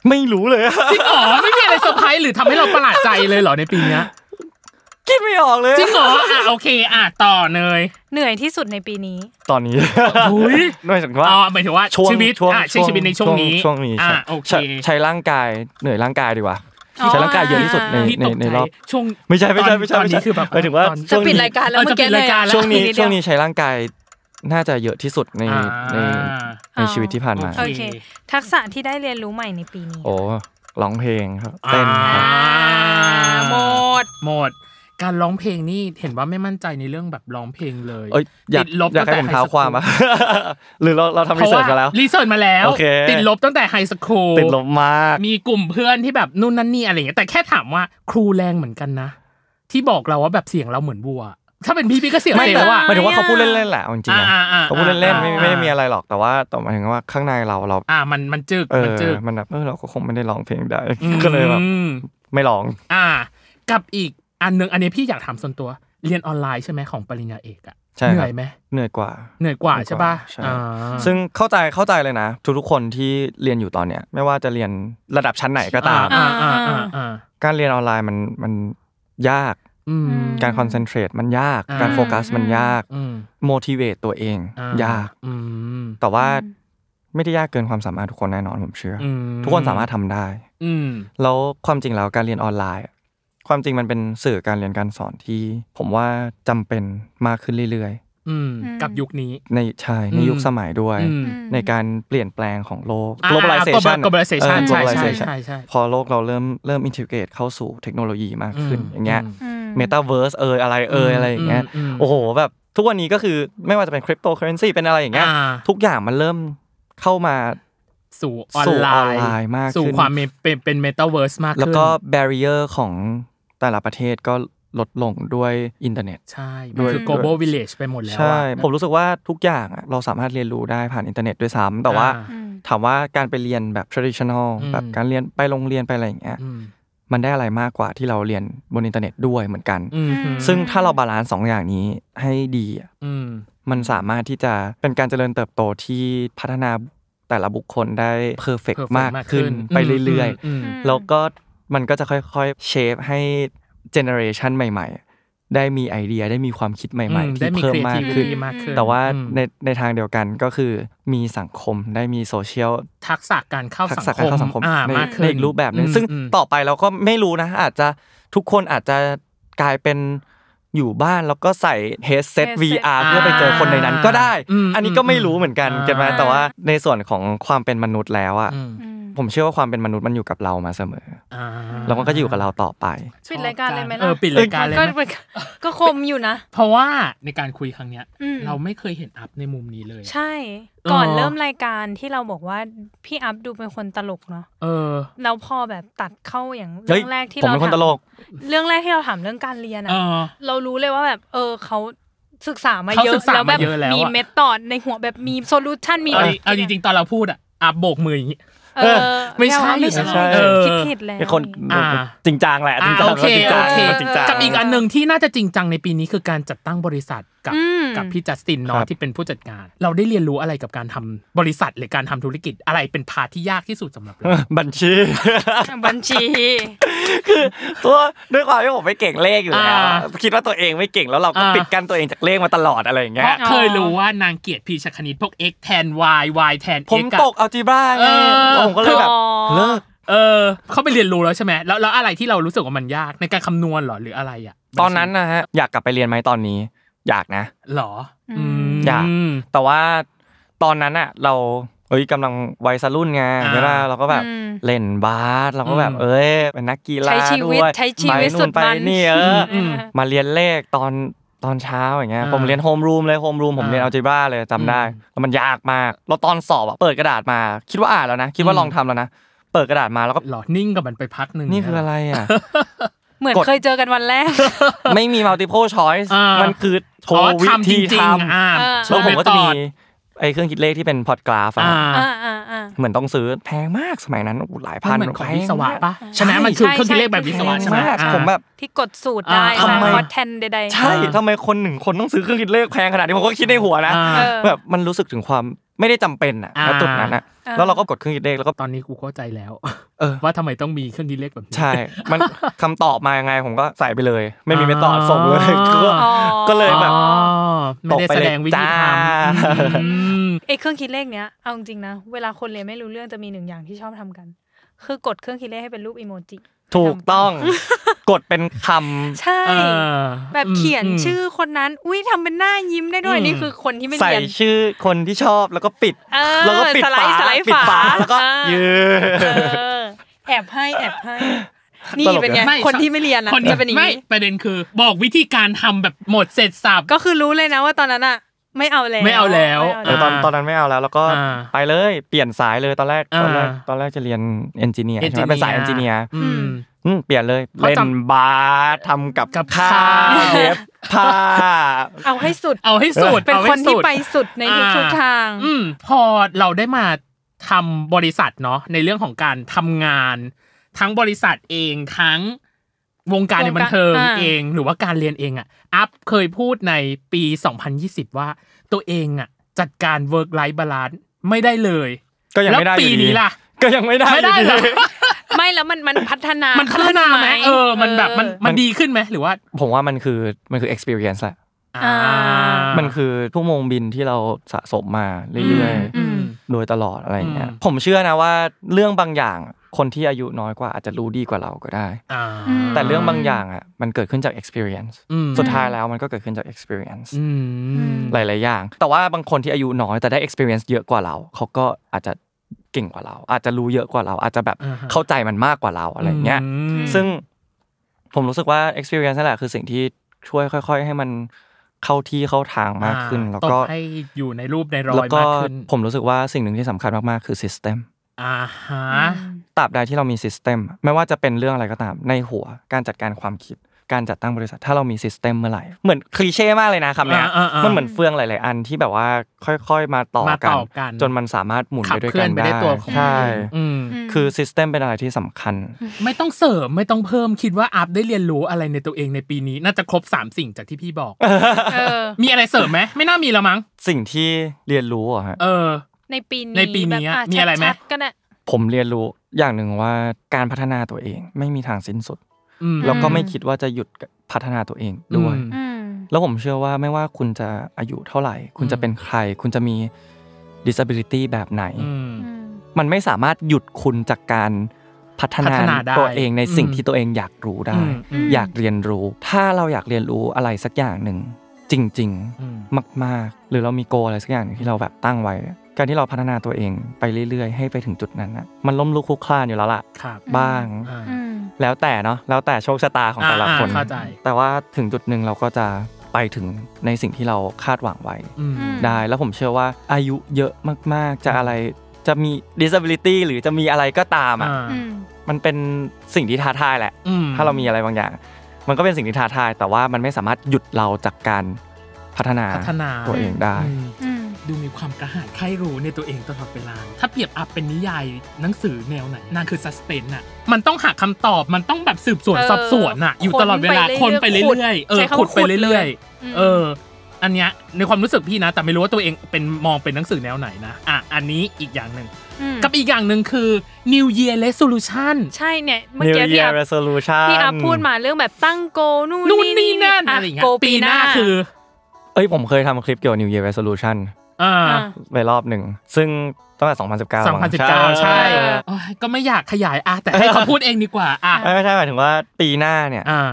ไม่รู้เลยอะ จริงเหรอไม่มีอะไรเซอร์ไพรส์หรือทำให้เราประหลาดใจเลยเหรอในปีเนี้ย คิดไม่ออกเลยอะ จริงเหรออ่ะโอเค อ่ะต่อเนย เหนื่อยที่สุดในปีนี้ ตอนนี้ อุ้ย นอกจากว่า อ๋อหมายถึงว่า ช่วง ชีวิต ช่วง อ่ะใช้ชีวิตในช่วงนี้ ช่วงนี้ อ่ะ ใช่ โอเค ใช้ใช้ร่างกายเหนื่อยร่างกายดีกว่า อ๋อ ใช้ร่างกายเยอะที่สุดใน พี่ ใน ตก ใน ใจ รอบ ช่วง ไม่ใช่ไม่ตใช่อน ไม่ใช่ ตอนนี้ ไม่ใช่ คือแบบ หมายถึงว่า ตอน จะปิดรายการแล้ว เออ เมื่อกี้ จะปิดรายการแล้ว ช่วงนี้ ทีเดีย ช่วงนี้ใช้ร่างกายน่าจะเยอะที่สุดใน อ่า ในในชีวิตที่ผ่านมา โอเค ทักษะที่ได้เรียนรู้ใหม่ในปีนี้ โอ้ร้องเพลงครับเต้น อ่า ครับ หมด หมด การร้องเพลงนี่เห็นว่าไม่มั่นใจในเรื่องแบบร้องเพลงเลย เอ้ยอยาก ติดลบ อยากให้ ตั้งแต่ ผมเท้า ไฮส ความอะ หรือเราเราทำ เพ รี ราะ เสิ ว่า ร์ชมาแล้ว รีเสิร์ชมาแล้ว โอเค ติดลบตั้งแต่ไฮสคูล ติดลบมาก มีกลุ่มเพื่อนที่แบบนู่นนั่นนี่อะไรอย่างเงี้ยแต่แค่ถามว่าครูแรงเหมือนกันนะ ที่บอกเราว่าแบบเสียงเราเหมือนวัว ถ้าเป็นพี่พี่ก็เสียง ไม่ เสีย แต่ วอ่ะ หมายถึงว่าเขาพูดเล่นๆแหละเอาจริงๆอะ อ่าอ่าอ่า เขาพูดเล่นๆไม่ไม่ได้มีอะไรหรอกแต่ว่าต่อหมายถึงว่าข้างในเราเรา อ่ามันมันจึก เออ มันจึก มันแบบเออเราก็คงไม่ได้ร้องเพลงได้ อืม ก็เลยแบบไม่ร้อง อ่า กับอีกอันหนึ่งอันนี้พี่อยากถามส่วนตัว เรียนออนไลน์ใช่ไหมของปริญญาเอกอ่ะ ใช่ครัเหนื่บอยไหม เหนื่อยกว่า เหนื่อยกว่าใช่ป่ะ ใช่ อ่า ซึ่งเข้าใจเข้าใจเลยนะ ทุกๆคนที่เรียนอยู่ตอนเนี้ย ไม่ว่าจะเรียนระดับชั้นไหนก็ตาม อ่าอ่าอ่าอ่า การเรียนออนไลน์มันมันยาก อืม การคอนเซนเทรตมันยาก อ่า การโฟกัสมันยาก อืม motivate ตัวเอง อ่าย าก อืม แต่ว่า อืม ไม่ได้ยากเกินความสามารถทุกคนแน่นอนผมเชื่ออ อืม ทุกคนสามารถทำได้ อืม แล้วความจริงแล้วการเรียนออนไลน์อะความจริงมันเป็นสื่อการเรียนการสอนที่ ผมว่าจำเป็นมากขึ้นเรื่อยๆ อืม อืม กับยุคนี้ ในใช่ใน อืม ยุคสมัยด้วย อืม ในการเปลี่ยนแปลงของโลก อ่า globalization อะ globalization เออ ใช่ใช่ globalization ใช่ใช่ พอโลกเราเริ่มเริ่มอินทิเกรตเข้าสู่เทคโนโลยีมากขึ้น ม อย่างเงี้ย อืม เมตาเวิร์สเอยอะไรเอยอะไรอย่างเงี้ย มม โอ้โหแบบทุกวันนี้ก็คือไม่ว่าจะเป็นคริปโตเคอเรนซีเป็นอะไรอย่างเงี้ย อ่า ทุกอย่างมันเริ่มเข้ามา สู่ออน สู่ ไล ออน น์ ไลน์มากขึ้น สู่ความเป็นเป็นเป็นเมตาเวิร์สมากขึ้น แล้วก็แบร r i เออร์ของแต่ละประเทศก็ลดลงด้วยอินเทอร์เน็ต ใช่มันคือ ด้วย global village ไปหมดแล้วอะ ใช่ ผมรู้สึกว่าทุกอย่างอะเราสามารถเรียนรู้ได้ผ่านอินเทอร์เน็ตด้วยซ้ำแต่ว่า อ่ อืม ถามว่าการไปเรียนแบบ traditional อืม แบบการเรียนไปโรงเรียนไปอะไรอย่างเงี้ย อืม มันได้อะไรมากกว่าที่เราเรียนบนอินเทอร์เน็ตด้วยเหมือนกัน อืม อืม ซึ่งถ้าเราบาลานซ์สองอย่างนี้ให้ดีอะ อืม มันสามารถที่จะเป็นการเจริญเติบโตที่พัฒนาแต่ละบุคคลได้เพอร์เฟก เพิ่ มากขึ้นไปเรื่อย อืม ๆ แล้วก็มันก็จะค่อยๆเชฟให้เจเนอเรชันใหม่ ได้มีไอเดียได้มีความคิดใหม่ อื ๆ ได้ ที่ มี เพิ่ม ครี มาก เอ ขึ้น ทีฟมากขึ้น แต่ว่า อืม ในในทางเดียวกันก็คือมีสังคมได้มีโซเชียล ทักษะการเข้า ทั สั กษะการเข้าสังคม อ่า ใน มากขึ้น ในอีกรูปแบบหนึ่ง อืม ซึ่ง อืม ต่อไปเราก็ไม่รู้นะ อาจจะทุกคนอาจจะกลายเป็นอยู่บ้านแล้วก็ใส่เฮดเซต headset VR อ่า เพื่อไปเจอคนในนั้นก็ได้ อืม อันนี้ก็ไม่รู้เหมือนกัน อ่า เก็ตไหมแต่ว่าในส่วนของความเป็นมนุษย์แล้วอ่ะ อืม อืม ผมเชื่อว่าความเป็นมนุษย์มันอยู่กับเรามาเสมอ อ่า แล้วมันก็จะอยู่กับเราต่อไป ปิดรายการเลยไหมล่ะ ออปิดรายการเลยไหม มันก็ก็คมอยู่นะ เพราะว่าในการคุยครั้งเนี้ย อืม เราไม่เคยเห็นอัพในมุมนี้เลย ใช่ ก่อน เออ เริ่มรายการที่เราบอกว่าพี่อัพดูเป็นคนตลกเนาะ เออ แล้วพอแบบตัดเข้าอย่าง เฮ้ เรื่ ย องแรกที่ ผม เรา เป็นคนตลก เรื่องแรกที่เราถามเรื่องการเรียน เอ อะ อ เรารู้เลยว่าแบบ เออเขาศึกษามา เขา เย ศึ อะ กษามา แบบ เยอะแล้วอะ มีเมธอดในหัวแบบมีโซลูชันมี เอา แบบ ดิเอาจริงๆตอนเราพูดอ่ะอัพโบกมืออย่างงี้ เออ ไม่ใช่ ไม่ใช่ ไม่ใช่ คิดผิดแล้ว เป็นคน อ่า จริงจังแหละจริง อ่ะ จัง โอเค จริงจั โอง เค จริงจัง กับอีกอันหนึ่งที่น่าจะจริงจังในปีนี้คือการจัดตั้งบริษัทกับ อืม กับพี่จัสตินเนอ ครั ต บ ที่เป็นผู้จัดการ เราได้เรียนรู้อะไรกับการทำบริษัทหรือการทำธุรกิจอะไรเป็นพาร์ทที่ยากที่สุดสำหรับเรา บัญชี บัญชี ตัวด้วยความที่ผมไม่เก่งเลขอยู่แล้วอะคิดว่าตัวเองไม่เก่งแล้วเราก็ปิดกั้นตัวเองจากเลขมาตลอดอะไรอย่าง เพ เงี้ย ราะเคยรู้ว่านางเกียรติพีชคณิตพวก x แทน y y แทน x ผม อะ ตกอัลจีบ้า เออ ผมก็เลยแบบ อ๋อ เลิก เออเขาไปเรียนรู้แล้วใช่ไหมแล้วแล้วอะไรที่เรารู้สึกว่ามันยากในการคำนวณเหรอหรืออะไรอ่ะ ตอนนั้นนะฮะอยากกลับไปเรียนไหมตอนนี้ อยากนะ เหรออืม อยาก แต่ว่าตอนนั้นอ่ะ เราเอ้ยกำลังวัยสรุ่นไง อ่า เวลาเราก็แบบ อืม เล่นบาสเราก็แบบ อืม เอ้ยเป็นนักกีฬา ใช้ชีวิต ด้วย ใช้ชีวิต ไป สุ นู่น ด ไป มัน นี่เออ อืม มาเรียนเลขตอนตอนเช้าอย่างเงี้ย อ่า ผมเรียนโฮมรูมเลยโฮมรูมผม อ่า เรียนอัลจิบราเลยจำได้ อืม แล้วมันยากมากแล้วตอนสอบอะเปิดกระดาษมา คิดว่าอ่านแล้วนะ คิด อื ว่าม ลองทำแล้วนะเปิดกระดาษมาแล้วก็ เหรอนิ่งกับมันไปพักหนึ่ง นี่คืออะไร อ่ะ เหมือน กด เคยเจอกันวันแรก ไม่มี multiple choice อ่ามั มันคือโท โอ้ วิ ทำจ ธี ริ ท งๆอ่า เออ ำ ช่ แล้ว วย ผมก็จะมี เธด ไอ้เครื่องคิดเลขที่เป็นพอดกราฟอะ อ่า อ่าอ่าอ่า เหมือนต้องซื้อแพงมากสมัยนั้นโอ้โหหลายพั มัน น เหมือนของวิศวะปะ ใช่ ใช่ไหมมันคือ ใช่ เครื่องคิดเลขแบบวิศวะ ใช่ แพ ใช่ไหมงมาก อ่า ผมแบบ ที่กดสูตรได้ อ่า สร้าง ทำไม คอร์สแทนใดๆ ใช่ อ่า ทำไมคนหนึ่งคนต้องซื้อเครื่องคิดเลขแพงขนาดนี้ผมก็คิดในหัวนะ อ่า เออ แบบมันรู้สึกถึงความไม่ได้จำเป็นอ่ะ อ่า ณจุดนั้นอ่ะ อ่า แล้วเราก็กดเครื่องคิดเลขแล้วก็ ตอนนี้กูเข้าใจแล้ว เออ ว่าทำไมต้องมีเครื่องคิดเลขแบบนี้ ใช่ มัน คำตอบมายังไงผมก็ใส่ไปเลย ไม่มีไม่ตอบ อ๋อ ส่งเลย ก็ อ๋อ ก็เลยแบบ อ๋อไม่ได้แสดงวิธีท ตกไปเลยจ้า ำอืม ไอเครื่องคิดเลขเนี้ยเอาจริงๆนะเวลาคนเรียนไม่รู้เรื่องจะมีหนึ่งอย่างที่ชอบทำกัน คือกดเครื่องคิดเลขให้เป็นรูปอีโมจิ ถูกต้อง กดเป็นคำ ใช่ เออ แบบเขียน มม ชื่อคนนั้น อุ้ยทำเป็นหน้ายิ้มได้ด้วย อืม นี่คือคนที่ไม่ ใส่ เรียน ชื่อคนที่ชอบแล้วก็ปิด เออ แล้วก็ปิด สไล ฝา ด์สไลด์ ปิดฝา ฝา แล้วก็ อ่ายื ยืน เออแอบให้แอบให้ นี่ ตลก เป็นไง นะ ไม่ คนที่ไม่เรียนนะ คนที่ จะเป็นอย่าง ไม่ นี้ ประเด็นคือ บอกวิธีการทำแบบหมดเสร็จสับ ก็คือรู้เลยนะว่าตอนนั้นอ่ะ ไม่เอาแล้ว ไม่เอาแล้ว ไม่เอา เออตอนตอนนั้นไม่เอาแล้ว แล้วก็ อ่า ไปเลย เปลี่ยนสายเลยตอนแรก อ่า ตอนแรกตอนแรกจะเรียนเอนจิเนียร์ใช่ไหมเป็นสายเอนจิเนียร์ อืม อืมเปลี่ยนเลย เขา เล่ จำ นบาสทำกับ กับ ข้า ข้าวว เย็บผ้า เอาให้สุด เอาให้สุด เป็น อาให้ คนที่ สุด ไปสุดในทุก อ่า ทุกทาง อืมพอเราได้มาทำบริษัทเนาะในเรื่องของการทำงาน ทั้งบริษัทเองทั้งวงการในบันเทิง วงการ เองหรือว่าการเรียนเองอะอัพเคยพูดในปี 2020 ว่าตัวเองอะจัดการ work life balance ไม่ได้เลย ก็ยัง แล้ว ไม่ได้ ปี อยู่ดี นี้ล่ะ ก็ยังไม่ได้ ไม่ได้ อยู่ เหรอ ไม่แล้วมันมันพัฒนา มันพัฒนาไหมเออ มันแบบมัน เออ มันดีขึ้นไหมหรือว่า ผมว่ามันคือมันคือ experience แหละ อ่า อ่า มันคือชั่วโมงบินที่เราสะสมมาเรื่อย อื อืม ๆ โดยตลอดอะไรอย่างเงี้ย อืม ผมเชื่อนะว่าเรื่องบางอย่างคนที่อายุน้อยกว่าอาจจะรู้ดีกว่าเราก็ได้ อ่า แต่เรื่องบางอย่างอ่ะมันเกิดขึ้นจาก experience อืม สุดท้ายแล้วมันก็เกิดขึ้นจาก experience อืม หลาย ๆ อย่าง แต่ว่าบางคนที่อายุน้อยแต่ได้ experience เยอะกว่าเรา เขาก็อาจจะเก่งกว่าเรา อาจจะรู้เยอะกว่าเรา อาจจะแบบ อ่าฮะ เข้าใจมันมากกว่าเราอะไรอย่างเงี้ย ม ซึ่งผมรู้สึกว่า experience นั่นแหละคือสิ่งที่ช่วยค่อย ๆ ให้มันเข้าที่เข้าทางมากขึ้น อ่ แล้วก็ ตบให้อยู่ในรูปในรอ แล้ว ย ก็ มากขึ้น ผมรู้สึกว่าสิ่งหนึ่งที่สำคัญมาก ๆ คือ system อ่าฮะ ตราบใดที่เรามี system ไม่ว่าจะเป็นเรื่องอะไรก็ตาม ในหัวการจัดการความคิด การจัดตั้งบริษัท ถ้าเรามี system เมื่อไหร่ เหมือนคลีเช่มากเลยนะคำเนี้ย อ่าๆๆ มันเหมือนเฟืองหลาย ๆ อันที่แบบว่าค่อย ๆ มาต่ มาต่อกัน จนมันสามารถหมุนไปด้วยกัขับเคลื่นอนไปได้ ได้ ตัวของ ใช่ อืม คือ system เป็นอะไรที่สำคัญ ไม่ต้องเสริมไม่ต้องเพิ่มคิดว่าอัพได้เรียนรู้อะไรในตัวเองในปีนี้ น่าจะครบสามสิ่งจากที่พี่บอก เออ มีอะไรเสริมไหมไม่น่ามีแล้วมั้ง สิ่งที่เรียนรู้อะฮะ เออ ในปีนี้ ในปีนี้ แบบ มีอะไรไหม ชัดๆก็ได้ ผมเรียนรู้อย่างหนึ่งว่าการพัฒนาตัวเองไม่มีทางสิ้นสุด อืม แล้วก็ไม่คิดว่าจะหยุดพัฒนาตัวเองด้วย อืม อืม แล้วผมเชื่อว่าไม่ว่าคุณจะอายุเท่าไหร่ คุณจะเป็นใคร คุณจะมี disability แบบไหน อืม อืม มันไม่สามารถหยุดคุณจากการพัฒนา พัฒนาได้ ตัวเองในสิ่ง อืม ที่ตัวเองอยากรู้ได้ อืม อืม อยากเรียนรู้ ถ้าเราอยากเรียนรู้อะไรสักอย่างหนึ่ง จริง อืม ๆ มาก ๆ หรือเรามีโกอะไรสักอย่างหนึ่งที่เราแบบตั้งไว้ การที่เราพัฒนาตัวเองไปเรื่อย ๆ ให้ไปถึงจุดนั้นนะมันล้มลุกคลุกคลานอยู่แล้วล่ะ ครับ บ้าง อ่า อืม แล้วแต่เนาะแล้วแต่โชคชะตาของแต่ละ อ่า คน อ่าเข้าใจ แต่ว่าถึงจุดหนึ่งเราก็จะไปถึงในสิ่งที่เราคาดหวังไว้ อืม ม ได้แล้วผมเชื่อว่าอายุเยอะมาก ๆ จะอะไรจะมี disability หรือจะมีอะไรก็ตามอ่ะ อ่า อืม มันเป็นสิ่งที่ท้าทายแหละ อืม ถ้าเรามีอะไรบางอย่าง มันก็เป็นสิ่งที่ท้าทาย แต่ว่ามันไม่สามารถหยุดเราจากการพัฒนา พัฒนา ตัวเองได้ อืม อืม ดูมีความกระหายใคร่รู้ในตัวเองตลอดเวลา ถ้าเปรียบอัพเป็นนิยายหนังสือแนวไหนนางคือซัสเพนน่ะ มันต้องหาคำตอบ มันต้องแบบสืบสวน เออ สอบสวนน่ะ อยู่ตลอดเวลา ค้ คน น ไป ไป เร เรื่ ื่อ อย ย ๆ ๆ เออ ใช้คำว่า ขุดไป ขุด เรื่อย อืม ๆ เออ อันเนี้ยในความรู้สึกพี่นะ แต่ไม่รู้ว่าตัวเองเป็นมองเป็นหนังสือแนวไหนนะ อ่ะ อันนี้อีกอย่างหนึ่ง อืม กับอีกอย่างหนึ่งคือ New Year Resolution ใช่เนี่ยเมื่อ New กี้พี่ Year อัพ Resolution พี่อัพพูดมาเรื่องแบบตั้งโกลนู่น นู่นนี่นั่นอะไรอย่างเงี้ย โกล ปีหน้าคือ เอ้ยผมเคยทำคลิปเกี่ยวกับ New Year Resolution อ่า อ่า ไปรอบหนึ่ง ซึ่งตั้งแต่ 2019 2019 ใช่ เออ โอ้ยก็ไม่อยากขยายอ่ะแต่ให้เขาพูดเองดีกว่าอ่ะ ไม่ไม่ใช่หมายถึงว่าปีหน้าเนี่ย อ่า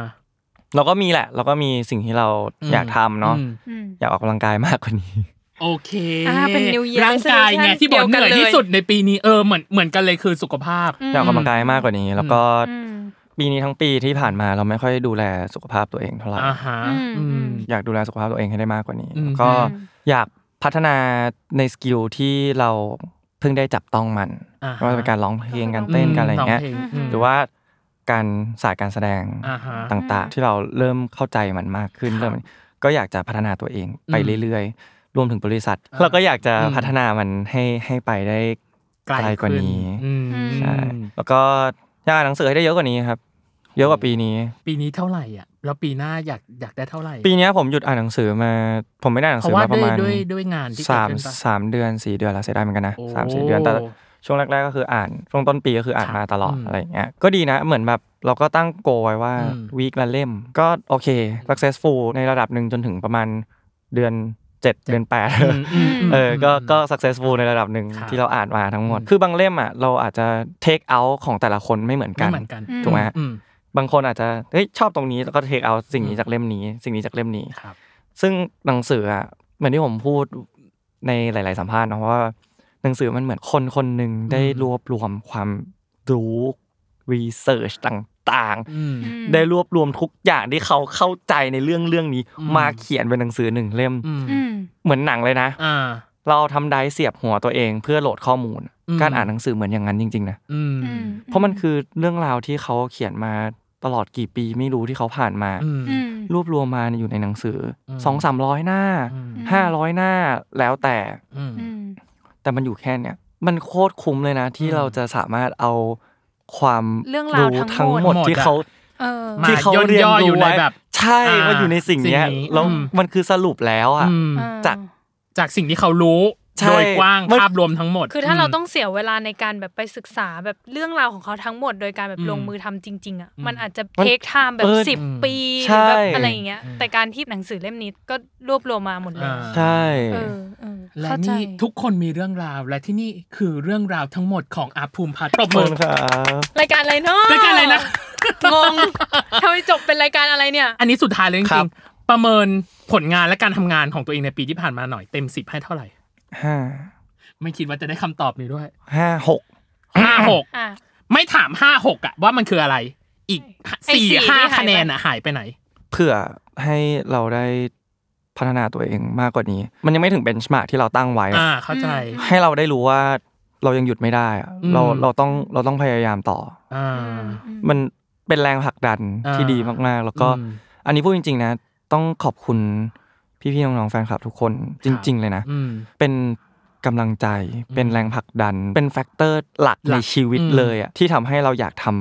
เราก็มีแหละ เราก็มีสิ่งที่เราอยากทำเนาะ อืม อืม อยากออกกำลังกายมากกว่านี้ โอเค อ่าเป็น New Year ร่างกายไง resolution ที่บอกเหนื่อย เดียวกันเลย ที่สุดในปีนี้เออเหมือนเหมือนกันเลยคือสุขภาพ อยากออกกำลังกายมากกว่านี้ แล้วก็ อืม ปีนี้ทั้งปีที่ผ่านมาเราไม่ค่อยดูแลสุขภาพตัวเองเท่าไหร่ อ่าฮะ อืม อื อื ม ม อยากดูแลสุขภาพตัวเองให้ได้มากกว่านี้ อืม แล้วก็ อืม อยากพัฒนาในสกิลที่เราเพิ่งได้จับต้องมัน อ่ฮะ ไม่ว่าจะเป็นการร้องเพลงการเต้นการอะไรอย่างเงี้มยพลม หรือว่าการสายการแสดง อ่าฮะ ต่างๆ ที่เราเริ่มเข้าใจมันมากขึ้นเริ่มก็อยากจะพัฒนาตัวเองไป อืม เรื่อยๆ รวมถึงบริษัท อ่า เราก็อยากจะ อืม พัฒนามันให้ให้ไปได้ ไกล ไกลกว่านี้ อืม ใช่แล้วก็อยากอ่านหนังสือให้ได้เยอะกว่านี้ครับ เยอะกว่าปีนี้ ปีนี้เท่าไหร่อ่ะ แล้วปีหน้าอยากอยากได้เท่าไหร่ ปีเนี้ยผมหยุดอ่านหนังสือมา ผมไม่ได้อ่านหนัง เพ สือ ราะว่า มาป ด้วยระมาณ ด้วยด้วยงานที่เกิด สาม ขึ้นปะ สามเดือนสี่เดือนแล้วเสียดายเหมือนกันนะ โ สามสี่เดือนแต่ ช่วงแรกๆก็คืออ่านช่วงต้นปีก็คืออ่าน ครับ มาตลอด อืม อะไรอย่างเงี้ยก็ดีนะเหมือนแบบเราก็ตั้งโกไว้ว่า อืม วีคละเล่ม ก็โอเค successful ในระดับหนึ่งจนถึงประมาณเดือน 7 เดือน อืม 8 อืมม เออก็ก็ successful ในระดับหนึ่ง ครับ ที่เราอ่านมาทั้งหมด อืม คือบางเล่มอ่ะเราอาจจะ take out ของแต่ละคนไม่เหมือน ไม่ กัน เหมือนกัน ถูกไหมฮะ อืม บางคนอาจจะเฮ้ยชอบตรงนี้แล้วก็ take out สิ่งนี้จากเล่มนี้ สิ่งนี้จากเล่มนี้ ครับ ซึ่งหนังสืออ่ะเหมือนที่ผมพูดในหลาย ๆ สัมภาษณ์เนอะว่า หนังสือมันเหมือนคนคนหนึ่งได้รวบรวมความรู้รีเสิร์ชต่าง อืม อืม ๆ ได้รวบรวมทุกอย่างที่เขาเข้าใจในเรื่องเรื่องนี้ อืม มาเขียนเป็นหนังสือหนึ่งเล่ม อืม อืม เหมือนหนังเลยนะ อ่า เราทำได้เสียบหัวตัวเองเพื่อโหลดข้อมูล อืม การอ่านหนังสือเหมือนอย่างนั้นจริง ๆ นะ อืม อืม เพราะมันคือเรื่องราวที่เขาเขียนมาตลอดกี่ปีไม่รู้ที่เขาผ่านมา อืม อืม รวบรวมมาอยู่ในหนังสืออ ม สองสามร้อยหน้า อืม ห้าร้อยหน้าแล้วแต่ อืม อืม แต่มันอยู่แค่เนี้ยมันโคตรคุ้มเลยนะ ที่ อืม เราจะสามารถเอาความ เรื่องราวทั้ ทั้ง ง ห ห ม ม ด ด ที่เขา เออ มา ที่เขา ย่น เรียน ย่ออยู่ รู้ไว้ ในแบบ ใช่ อ่ามั มันอยู่ในสิ่งเนี้ย สิ่งนี้ แล้ว อืม มันคือสรุปแล้วอ่ะ อืม เออ จาก จากสิ่งที่เขารู้ ใช่ โดยกว้าง มัน ภาพรวมทั้งหมด คือถ้าเราต้องเสียเวลาในการแบบไปศึกษาแบบเรื่องราวของเขาทั้งหมดโดยการแบบ อืม ลงมือทำจริง ๆอ่ะ อืม มันอาจจะ มัน เทคไทม์แบบ เออ สิบ อืม ปีห ใช่ รือแบบอะไรอย่างเงี้ย แต่การที่หนังสือเล่มนี้ก็รวบรวมมาหมดเลย อ่า ใช่ เออเออ และ เข้าใจ นี่ทุกคนมีเรื่องราวและที่นี่คือเรื่องราวทั้งหมดของอาภูมิพัฒน์ปรบ ข มื อบ อ คุณครับ รายการอะไรเนาะ ด้วยกันเลยนะ งงทำไมจบเป็นรายการอะไรเนี่ย อันนี้สุดท้ายเลยจริงๆประเมินผลงานและการทำงานของตัวเองในปีที่ผ่านมาหน่อยเต็มสิบให้เท่าไหร่ ห้า ไม่คิดว่าจะได้คำตอบนี้ด้วย ห้าหก ห้าหก อ่ะ ไม่ถามห้าหกอะว่ามันคืออะไร อีก ไอ้ สี่ สี่ ห้า ที่หายไป คะแนนอะหายไปไหน เพื่อให้เราได้พัฒนาตัวเองมากกว่านี้ มันยังไม่ถึงเบนช์มาร์กที่เราตั้งไว้อะ อ่าเข้าใจ ให้เราได้รู้ว่าเรายังหยุดไม่ได้อะ อืม เราเราต้องเราต้องพยายามต่อ อ่า มันเป็นแรงผลักดัน อ่า ที่ดีมากๆ แล้วก็ อืม อันนี้พูดจริง ๆ นะ ต้องขอบคุณพี่ๆน้องๆแฟนคลับทุกคนคจรับ ริง ๆ เลยนะ อืม เป็นกำลังใจเป็นแรงผลักดัน เป็นแฟกเตอร์หลัก หลั ใน ก ชีวิต อืม เลยอะที่ทำให้เราอยากทำ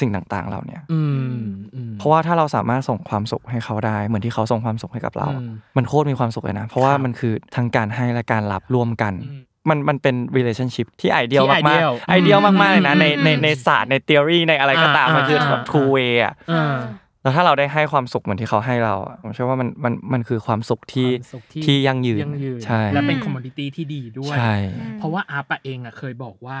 สิ่งต่างๆ เราเนี่ย อืมอืม เพราะว่าถ้าเราสามารถส่งความสุขให้เขาได้ เหมือนที่เขาส่งความสุขให้กับเรา อืม มันโคตรมีความสุขเลยนะ เพราะว่า ครับ มันคือทั้งการให้และการรับร่วมกัน อืม มันมันเป็น relationship ที่ไอเดีย ที่ มาก ideal ๆไอเดียมากๆเลยนะในในในศาสตร์ใน theory ในอะไรก็ตาม อ่ามั มันคือ อ่า แบบ two way อ่ะ เออ แล้วถ้าเราได้ให้ความสุขเหมือนที่เขาให้เราอะผมเชื่อว่ามันมันมันคือความสุขที่ ความสุขที่ ที่ยั่งยืน ยังยืน ใช่ และเป็นคอมมูนิตี้ที่ดีด้วย ใช่ อืม เพราะว่าอาร์ปอะเองอะเคยบอกว่า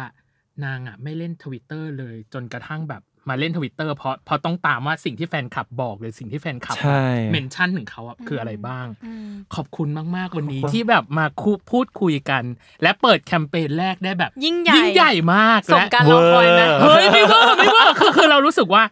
นางอะไม่เล่นทวิตเตอร์เลยจนกระทั่งแบบมาเล่นทวิตเตอร์เพราะเพราะต้องตามว่าสิ่งที่แฟนคลับบอกหรือสิ่งที่แฟนคลับ ใช่ เมนชั่นถึงเขาอะคืออะไรบ้าง อืม ขอบคุณมาก ๆ วันนี้ที่แบบมาคุพูดคุยกัน และเปิดแคมเปญแรกได้แบบ ยิ่งใหญ่ ยิ่งใหญ่มาก สม และ การรอคอยนะ เฮ้ยไม่เวอร์ไม่เวอร์คือคือเรารู้สึกว่า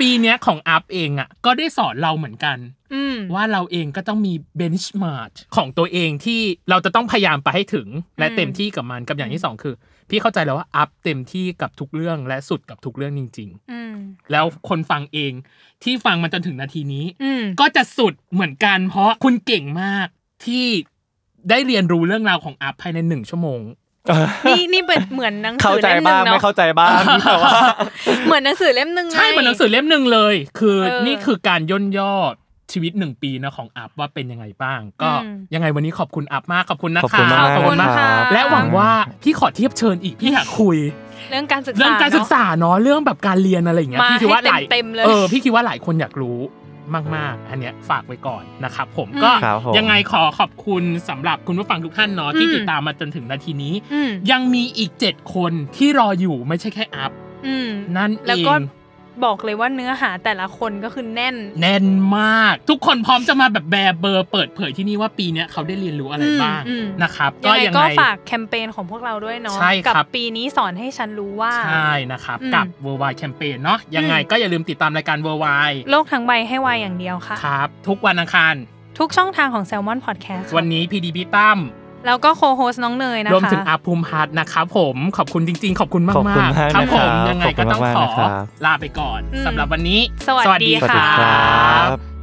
ปีเนี้ยของอัพเองอ่ะก็ได้สอนเราเหมือนกัน อืม ว่าเราเองก็ต้องมีเบนช์มาร์ของตัวเองที่เราจะต้องพยายามไปให้ถึง และ อืม เต็มที่กับมันกับอย่างที่สองคือ พี่เข้าใจแล้วว่าอัพเต็มที่กับทุกเรื่องและสุดกับทุกเรื่องจริง อืม ๆ แล้วคนฟังเองที่ฟังมันจนถึงนาทีนี้ อืม ก็จะสุดเหมือนกันเพราะคุณเก่งมากที่ได้เรียนรู้เรื่องราวของอัพภายในหนึ่งชั่วโมง นี่นี่เป็นเหมือนหนัง เข้า สือ ใจ เล่มหนึ่ บ้าง ง เนาะ ไม่เข้าใจบ้างแต่ว่า เหมือนหนังสือเล่มหนึ่ง ใช่ ไ เหมือนหนังสือเล่มหนึ่งเลย คือ เออ นี่คือการย่นย่อชีวิตหนึ่งปีนะของอัพว่าเป็นยังไงบ้าง ก็ อืม ยังไงวันนี้ขอบคุณอัพมากขอบคุณนะ ขอบ คะ คุณมาก ขอบคุณมาก ขอบคุณมาก ค่ะ และหวังว่าพี่ขอเทียบเชิญอีกพี่อยากคุย เรื่องการศึกษา เรื่องการศึก เน ษาเนาะเรื่องแบบการเรียนอะไรอย่างเงี้ย มา พี่คิดว่าหลาย ให้เต็มๆเลย เออพี่คิดว่าหลายคนอยากรู้มากๆ อันเนี้ยฝากไว้ก่อนนะครับผม อืม ก็ ครับผม ยังไงขอขอบคุณสำหรับคุณผู้ฟังทุกท่านเนาะที่ อืม ติดตามมาจนถึงนาทีนี้ าะอืม ยังมีอีกเจ็ดคนที่รออยู่ไม่ใช่แค่อัพ อืม นั่นเอง แล้วก็บอกเลยว่าเนื้อหาแต่ละคนก็คือแน่น แน่นมากทุกคนพร้อมจะมาแบบแบร์เบอร์เปิดเผยที่นี่ว่าปีเนี้ยเขาได้เรียนรู้อะไรบ้าง อืมอืม นะครับ ยั ก็ งไง ยัง ก็ ไง ฝากแคมเปญของพวกเราด้วยเนาะ ใช่ครั กับ บปีนี้สอนให้ฉันรู้ว่า ใช่นะครับ อืม กับ Worldwide Campaign เนาะยังไง อืม ก็อย่าลืมติดตามรายการ Worldwide โลกทั้งใบให้วายอย่างเดียวค่ะ ครับ ทุกวันอังคาร ทุกช่องทางของ Salmon Podcast ค่ะ วันนี้พีดีพี่ตั้ม แล้วก็โคโฮสน้องเนยนะคะ รวมถึงอาภูมิพัฒน์นะครับผมขอบคุณจริง ๆ ขอบคุณมาก ขอบคุณมาก ๆครับผม นะครับ ยังไงก็ต้อง ขอบ ข คุ อ ณมากๆนะครับ ลาไปก่อน อืม สำหรับวันนี้ สวัสดี สวัสดี ค่ะ ครับ